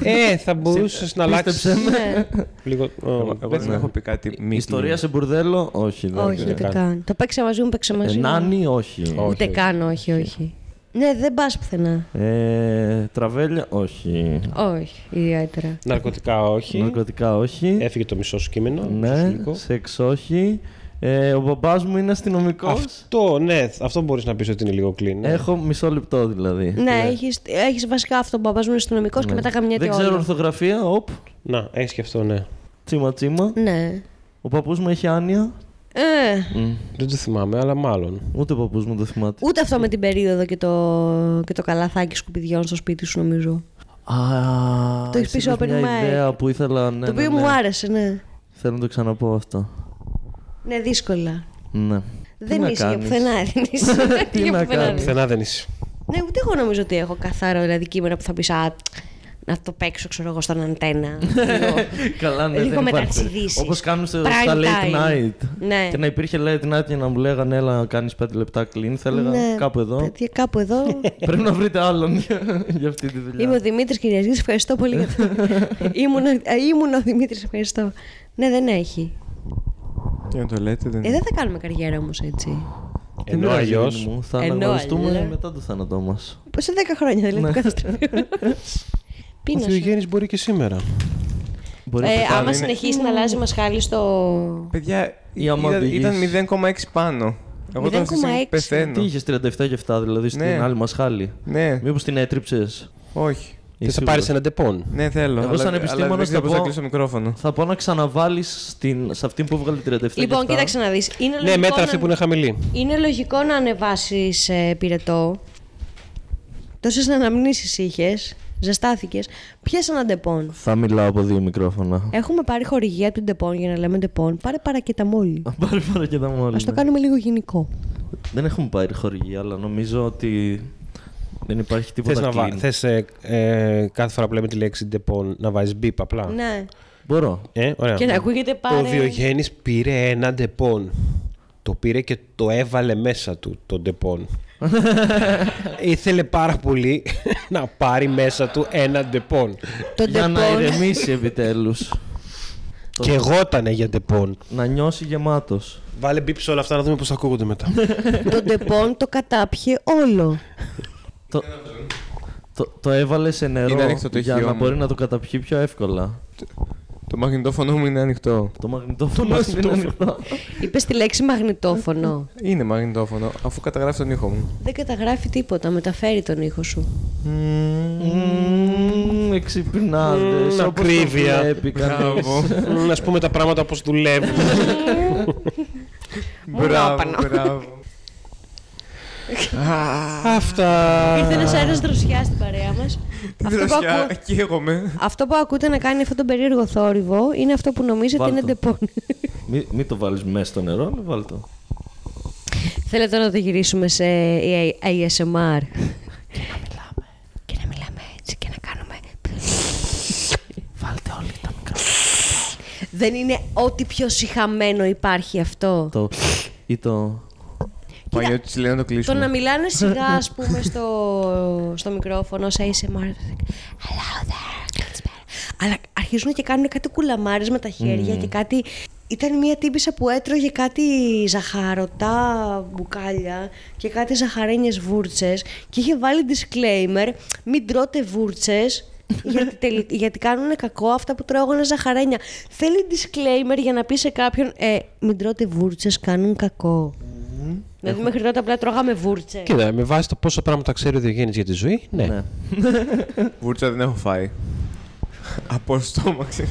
B: ε, θα μπορούσες να αλλάξει.
C: Πίστεψε με.
D: ναι.
B: Λίγο.
A: Εγώ εγώ δεν έχω πει κάτι μη
C: Ναι. Ιστορία
A: κλείνεις.
C: σε μπουρδέλο, όχι. δεν
D: όχι,
C: είναι.
D: ούτε καν. Το παίξα μαζί μου, παίξα
C: ναι, Ε,
D: μαζί μου.
C: Νάνι, όχι.
B: Όχι,
D: Ούτε
B: όχι.
D: καν, όχι, όχι. Ναι, δεν πας πουθενά.
C: Ε, τραβέλια, όχι.
D: Όχι, ιδιαίτερα.
B: Ναρκωτικά όχι.
C: Ναρκωτικά, όχι.
B: Έφυγε το μισό σου κείμενο. μισό
C: Ναι,
B: υλικό.
C: σεξ, όχι. Ε, ο μπαμπάς μου είναι αστυνομικός.
B: Αυτό, ναι, αυτό μπορείς να πεις ότι είναι λίγο clean. ναι.
C: Έχω μισό λεπτό δηλαδή.
D: Ναι, έχεις, έχεις βασικά αυτόν τον παπά μου αστυνομικός και μετά γαμιέται
C: Δεν ξέρω
D: όλο.
C: ορθογραφία, οπ,
B: Να, έχεις και αυτό, ναι.
C: τσίμα τσίμα.
D: Ναι.
C: Ο παππούς μου έχει άνοια.
D: Ε,
C: Ναι.
B: Δεν το θυμάμαι, αλλά μάλλον.
C: Ούτε ο παππούς μου το θυμάται.
D: ούτε αυτό με την περίοδο και το, και το καλαθάκι σκουπιδιών στο σπίτι σου, νομίζω.
C: Α,
D: Το έχεις
C: εσύ
D: πει στο
C: είπες
D: open
C: μια
D: mic.
C: ιδέα που ήθελα ναι,
D: το
C: ναι,
D: οποίο
C: ναι.
D: μου άρεσε, ναι.
C: Θέλω να το ξαναπώ αυτό.
D: Ναι, δύσκολα.
C: Ναι.
D: δεν
C: να
D: είσαι για
C: κάνεις.
D: πουθενά, δεν είσαι.
C: Τι
D: για
C: να
D: πουθενά
C: κάνεις.
D: δεν είσαι.
B: Πουθενά δεν είσαι.
D: Ναι, ούτε εγώ νομίζω ότι έχω καθαρό δηλαδή κείμενα που θα πεις Α, να το παίξω, ξέρω εγώ, στον αντένα.
C: Καλά, ναι,
D: Λίγο
C: δεν
D: με τα
C: υπάρχει.
D: εξειδήσεις.
C: Όπως κάνουν στο-
D: Prime
C: στα late
D: time.
C: night.
D: Ναι.
C: Και να υπήρχε late night και να μου λέγανε Έλα, κάνεις 5 λεπτά clean. Θα έλεγα
D: Ναι,
C: κάπου εδώ.
D: παιδιά, κάπου εδώ.
C: Πρέπει να βρείτε άλλον για- για αυτή τη δουλειά.
D: Είμαι ο Δημήτρης Κυριαζή, ευχαριστώ πολύ για αυτό. ήμουν, ήμουν ο Δημήτρης, ευχαριστώ. Ναι, δεν έχει.
A: Για να το λέτε, δεν
D: Ε, δεν θα κάνουμε καριέρα όμως έτσι.
C: Δεν
B: Ενώ
C: πειράζει,
B: αλλιώ.
C: Ειρήνη μου. Θα
D: Ενώ
C: αναγνωριστούμε
D: αλλιώς.
C: μετά το θάνατό μας.
D: Σε 10 χρόνια δηλαδή. κάθε
B: Ο
D: Πίνα.
B: Διογέννη μπορεί και σήμερα.
C: Μπορεί
D: Ε,
C: να
D: άμα
A: είναι-
D: συνεχίσει να αλλάζει μασχάλη στο.
A: Παιδιά,
C: Ή άμα
A: ήταν,
C: οδηγείς.
A: ήταν 0,6 πάνω. Εγώ τώρα αυτή τη στιγμή
D: 0,6.
A: πεθαίνω.
C: Τι είχες 37 και 7 δηλαδή στην
A: Ναι.
C: άλλη μας χάλι.
A: Ναι,
C: Μήπως την έτριψες.
A: όχι.
B: Και θα πάρεις ένα τεπών.
A: Ναι, θέλω.
C: Εγώ
A: αλλά-
C: σαν
A: αλλά
C: επιστήμονας
A: δεν ξέρω
C: θα
A: πώς θα
C: πω-
A: κλείσω το μικρόφωνο.
C: Θα πάω να ξαναβάλεις σε αυτή που έβγαλε 37 και
D: Λοιπόν,
C: 7.
D: κοίταξε να δεις. Είναι,
B: Ναι,
D: λογικό
B: μέτρα
D: να-
B: αυτή που είναι χαμηλή.
D: είναι λογικό να ανεβάσεις πυρετό. Τόσες αναμνήσεις είχες, ζεστάθηκες. Ποιε αναντεπών.
C: Θα μιλάω από δύο μικρόφωνα.
D: Έχουμε πάρει χορηγία από την Ντεπών για να λέμε Ντεπών. Πάρε παρακεταμόλη.
C: Να πάρει πάρα και τα μόλι.
D: Ας το κάνουμε λίγο γενικό.
C: Δεν έχουμε πάρει χορηγία, αλλά νομίζω ότι δεν υπάρχει
B: Θε
C: τίποτα
B: να βα...
C: clean.
B: θες, ε, ε, κάθε φορά που λέμε τη λέξη ντεπών να βάζεις μπίπ απλά.
D: Ναι.
C: Μπορώ.
B: Ε, ωραία.
D: Και να ακούγεται
B: Ο
D: πάρε.
B: Διογέννης πήρε ένα ντεπών. Το πήρε και το έβαλε μέσα του το ντεπών. Ήθελε πάρα πολύ να πάρει μέσα του ένα ντεπών.
D: Το
C: Για να
D: Ντεπών.
C: ηρεμήσει επιτέλους.
B: Και εγώ ήταν για ντεπών.
C: να νιώσει γεμάτος.
B: Βάλε μπίπ σε όλα αυτά να δούμε πώς ακούγονται μετά.
D: το Ντεπών το κατάπιε όλο.
C: Το, το, το έβαλε σε
A: Είναι
C: νερό
A: ανοιχτό το
C: για
A: ηχείο
C: να
A: μου.
C: μπορεί να το καταπιεί πιο εύκολα.
A: Το μαγνητόφωνο μου είναι ανοιχτό.
C: Το μαγνητόφωνο σου είναι ανοιχτό.
D: Είπες τη λέξη μαγνητόφωνο.
A: Είναι μαγνητόφωνο, αφού καταγράφει τον ήχο μου.
D: Δεν καταγράφει τίποτα, μεταφέρει τον ήχο σου.
C: Μμμ, Εξυπνάδες, όπως το
B: ακρίβεια.
C: βλέπει κανείς.
A: Μπράβο.
B: να πούμε τα πράγματα πώ δουλεύουν.
A: Μπράβο, μπράβο.
B: Αυτά.
D: Ήρθε ένας αέρας δροσιάς στην παρέα μας. αυτό, που
A: Δροσιά,
D: ακού...
A: καίγομαι.
D: αυτό που ακούτε να κάνει αυτόν τον περίεργο θόρυβο είναι αυτό που νομίζετε
C: Βάλ'
D: είναι
C: το.
D: ντεπών.
C: Μη, μη το βάλεις μέσα στο νερό, αλλά βάλ' το.
D: Θέλετε να το γυρίσουμε σε ASMR. Και να μιλάμε έτσι και να κάνουμε.
C: Βάλτε όλοι τα μικρά.
D: Δεν είναι ό,τι πιο συχαμένο υπάρχει αυτό.
C: Το ή το...
A: Πανιώτη τη λέει να το
D: Το να
A: κλείσουμε.
D: μιλάνε σιγά, ας πούμε, στο, στο μικρόφωνο, σε ASMR. Hello there, καλησπέρα. Αλλά αρχίζουν και κάνουν κάτι κουλαμάρες με τα χέρια και κάτι. Ήταν μια τύπησα που έτρωγε κάτι ζαχαρωτά μπουκάλια και κάτι ζαχαρένιες βούρτσες και είχε βάλει disclaimer μην τρώτε βούρτσες γιατί, τελ- γιατί κάνουν κακό αυτά που τρώγανε ζαχαρένια. Θέλει disclaimer για να πει σε κάποιον ε, μην τρώτε βούρτσες κάνουν κακό. Δηλαδή μέχρι τότε απλά τρώγαμε βούρτσε.
B: Κοίτα, με βάση το πόσα πράγματα ξέρει ο Διογέννη για τη ζωή,
A: Ε.
B: ναι.
C: Ναι.
A: Βούρτσα δεν έχω φάει. Από στόμαξι.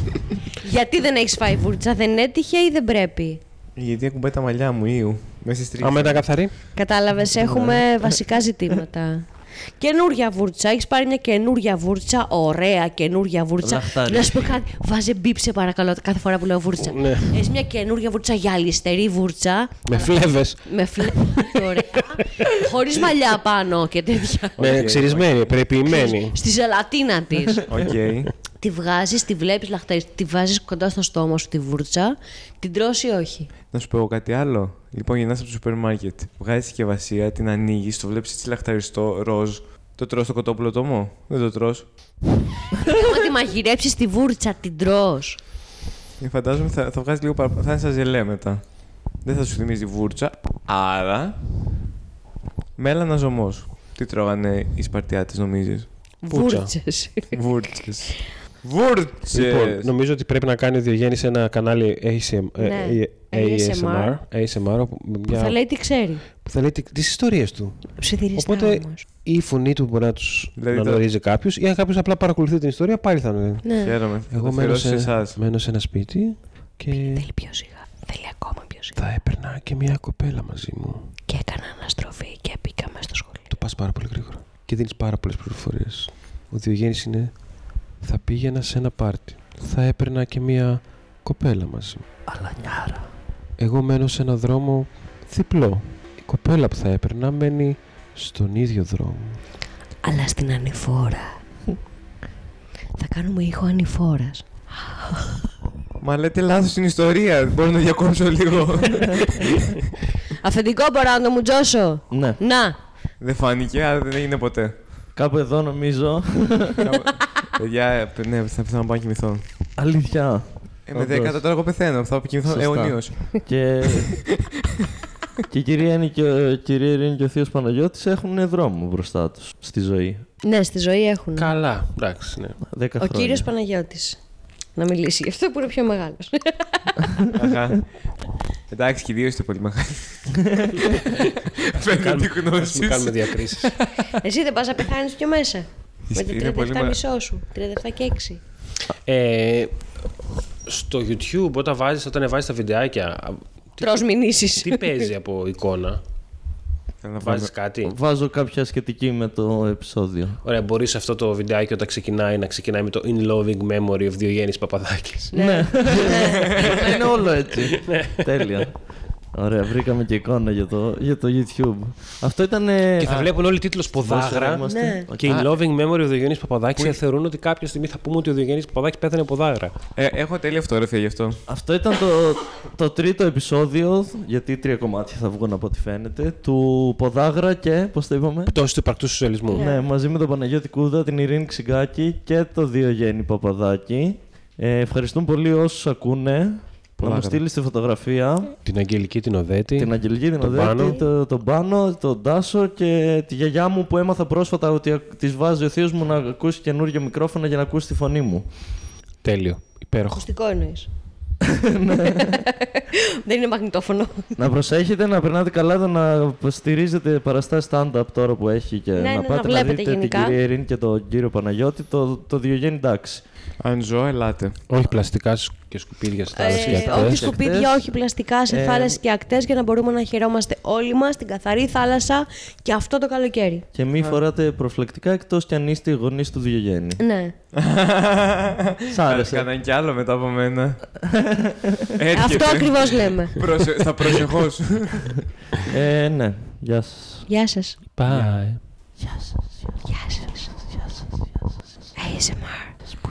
D: Γιατί δεν έχεις φάει βούρτσα, δεν έτυχε ή δεν πρέπει.
A: Γιατί ακουμπάει τα μαλλιά μου, ήου. Μέσα στη
B: Άμα
A: τρίχη.
B: ήταν καθαρή.
D: Κατάλαβες, έχουμε βασικά ζητήματα. Καινούρια βούρτσα. Έχεις πάρει μια καινούρια βούρτσα. Ωραία καινούρια βούρτσα.
C: Λαχτάρι.
D: Να σου πω κάτι. Βάζε μπίπ σε παρακαλώ κάθε φορά που λέω βούρτσα.
B: Ναι.
D: Έχεις μια καινούρια βούρτσα γυαλιστερή βούρτσα.
B: Με φλέβες.
D: Με φλε... ωραία. Χωρίς μαλλιά πάνω και τέτοια.
B: Με ξυρισμένη, περιποιημένη.
D: Στη ζελατίνα της.
A: Οκ.
D: Τη βγάζεις, τη βλέπεις λαχταρή, τη βάζεις κοντά στο στόμα σου τη βούρτσα, την τρώσει όχι.
A: Να σου πω εγώ κάτι άλλο. Λοιπόν, γυρνάς από το σούπερ μάρκετ. Βγάζεις συσκευασία, την ανοίγεις, το βλέπεις έτσι λαχταριστό, ροζ. Το τρως το κοτόπουλο τομό. Δεν το τρως.
D: Άμα τη μαγειρέψεις τη βούρτσα, την τρώ.
A: Ε, Φαντάζομαι θα, θα βγάζεις λίγο παραπάνω. Θα είναι σαν ζελέ μετά. Δεν θα σου θυμίζει βούρτσα. Άρα. Μέλανα ζωμός. Τι τρώγανε οι Σπαρτιάτες, νομίζεις.
B: Βούρτσα.
D: Βούρτσες.
A: Βούρτσες. Βούρτσες.
B: Λοιπόν, νομίζω ότι πρέπει να κάνει ο Διογέννης ένα κανάλι ASM, ε,
D: Ναι,
B: ε, ASMR, ASMR όπου- με μια-
D: Θα λέει τι ξέρει.
B: που θα λέει τι- τις ιστορίες του.
D: Ψιθυριστά
B: Οπότε
D: όμως.
B: η φωνή του μπορεί να τους
A: Δηλαδή
B: να
A: το-
B: γνωρίζει κάποιος ή αν κάποιος απλά παρακολουθεί την ιστορία πάλι θα γνωρίζει.
D: Ναι.
A: Χαίρομαι. Θα
B: Εγώ
A: το
B: μένω
A: αφιερώσω σε
B: σε,
A: εσάς.
B: μένω σε ένα σπίτι και
D: Θέλει πιο σιγά. Θέλει ακόμα πιο σιγά.
B: θα έπαιρνα και μια κοπέλα μαζί μου.
D: Και έκανα αναστροφή και μπήκαμε στο σχολείο.
B: Το πας πάρα πολύ γρήγορα και δίνεις πάρα πολλές πληροφορίες. Ο Διογέννης είναι θα πήγαινα σε ένα πάρτι. Θα έπαιρνα και μια κοπέλα μαζί μου.
D: Αλανιάρα.
B: Εγώ μένω σε ένα δρόμο διπλό. Η κοπέλα που θα έπαιρνα μένει στον ίδιο δρόμο.
D: Αλλά στην ανηφόρα. θα κάνουμε ήχο ανηφόρας.
A: Μα λέτε λάθος την ιστορία. Μπορώ να διακόψω λίγο.
D: Αφεντικό μπορώ να το μου τζώσω.
C: Ναι.
D: Να.
A: δεν φάνηκε, άρα δεν έγινε ποτέ.
C: Κάπου εδώ νομίζω.
A: Παιδιά, ε, ναι, θα πεθάνω να πάω να κοιμηθώ.
C: Αλήθεια.
A: Ε, με
C: Όντως.
A: 10 τώρα εγώ πεθαίνω. Θα κοιμηθώ
C: Σωστά.
A: αιωνίως.
C: και... και η κυρία Ειρήνη και, ο- η κυρία Ειρήνη και ο θείος Παναγιώτης έχουν δρόμο μπροστά τους στη ζωή.
D: Ναι, στη ζωή έχουν.
B: Καλά, εντάξει, ναι.
C: Δέκα
D: Ο
C: χρόνια.
D: κύριος Παναγιώτης. Να μιλήσει γι' αυτό που είναι πιο μεγάλος.
A: Αχα. Εντάξει, και οι δύο είστε πολύ μεγάλοι. Φαίνεται τη γνώση.
B: διακρίσεις.
D: Εσύ δεν πας να πεθάνεις πιο μέσα. Με
A: Είναι
D: τα 37
A: πολύ μα-
D: μισό σου. 37 και 6.
B: ε, στο YouTube, όταν βάζεις, όταν βάζεις τα βιντεάκια,
D: Τρώ μηνύσεις.
B: τι παίζει από εικόνα,
A: Θέλω να πάμε.
B: βάζεις κάτι.
C: Βάζω κάποια σχετική με το επεισόδιο.
B: Ωραία, μπορείς αυτό το βιντεάκι όταν ξεκινάει να ξεκινάει με το In Loving Memory of Διογέννης Παπαδάκης.
D: Ναι.
C: Θα είναι όλο έτσι. Τέλεια. Ωραία, βρήκαμε και εικόνα για το, για το YouTube. Αυτό ήταν. ε,
B: Και θα
C: α,
B: βλέπουν όλοι τίτλος
C: πόσο
B: ποδάγρα.
C: είμαστε.
D: Ναι.
C: Οκ.
B: Και In
C: Α,
B: Loving Memory of Διογέννης Παπαδάκης θα θεωρούν ότι κάποια στιγμή θα πούμε ότι ο Διογέννης Παπαδάκης πέθανε ποδάγρα.
A: Ε, έχω τέλεια αυτογραφία γι' αυτό.
C: Αυτό ήταν το, το τρίτο επεισόδιο, γιατί τρία κομμάτια θα βγουν από ό,τι φαίνεται, του Ποδάγρα και, πώς το είπαμε,
B: Πτώση του υπαρκτού σοσιαλισμού.
C: ναι, μαζί με τον Παναγιώτη Κούδα, την Ειρήνη Ξυγκάκη και το Διογέννη Παπαδάκη. Ε, ευχαριστούμε πολύ όσους ακούνε. Να μου
A: αγάπη.
C: στείλεις τη φωτογραφία,
B: Την Αγγελική την Οδέτη.
C: την Αγγελική, την
B: τον
C: Οδέτη,
B: Πάνο.
C: το- τον Πάνο, τον Τάσο και τη γιαγιά μου που έμαθα πρόσφατα ότι τη βάζει ο θείος μου να ακούσει καινούργιο μικρόφωνο για να ακούσει τη φωνή μου.
B: Τέλειο. Υπέροχο.
D: Ακουστικό εννοείς. Δεν είναι μαγνητόφωνο.
C: Να προσέχετε, να περνάτε καλά, να στηρίζετε παραστάσεις stand-up τώρα που έχει και
D: ναι,
C: να
D: να
C: πάτε να,
D: βλέπετε
C: δείτε
D: γενικά.
C: την κυρία Ειρήνη και τον κύριο Παναγιώτη, το, το Διογέννη εντάξει.
A: Αν ζω, ελάτε.
B: Όχι πλαστικά σ- και σκουπίδια στα
D: Ε,
B: ε,
D: όχι
C: ακτές.
D: σκουπίδια, όχι πλαστικά σε θάλασσε και ακτές για να μπορούμε να χαιρόμαστε όλοι μας στην καθαρή θάλασσα και αυτό το καλοκαίρι.
C: Και μη φοράτε προφλεκτικά εκτός κι αν είστε οι γονείς του Διογέννη.
D: Ναι.
C: Σ' άρεσε.
A: Κάναν κι άλλο μετά από μένα.
D: Αυτό
A: Έρχεται.
D: ακριβώς λέμε.
A: Προσε- Θα προσεχώ.
C: ε, ναι, γεια σας.
D: Γεια σας.
B: Bye.
D: Γεια σας. Γεια σας. ASMR.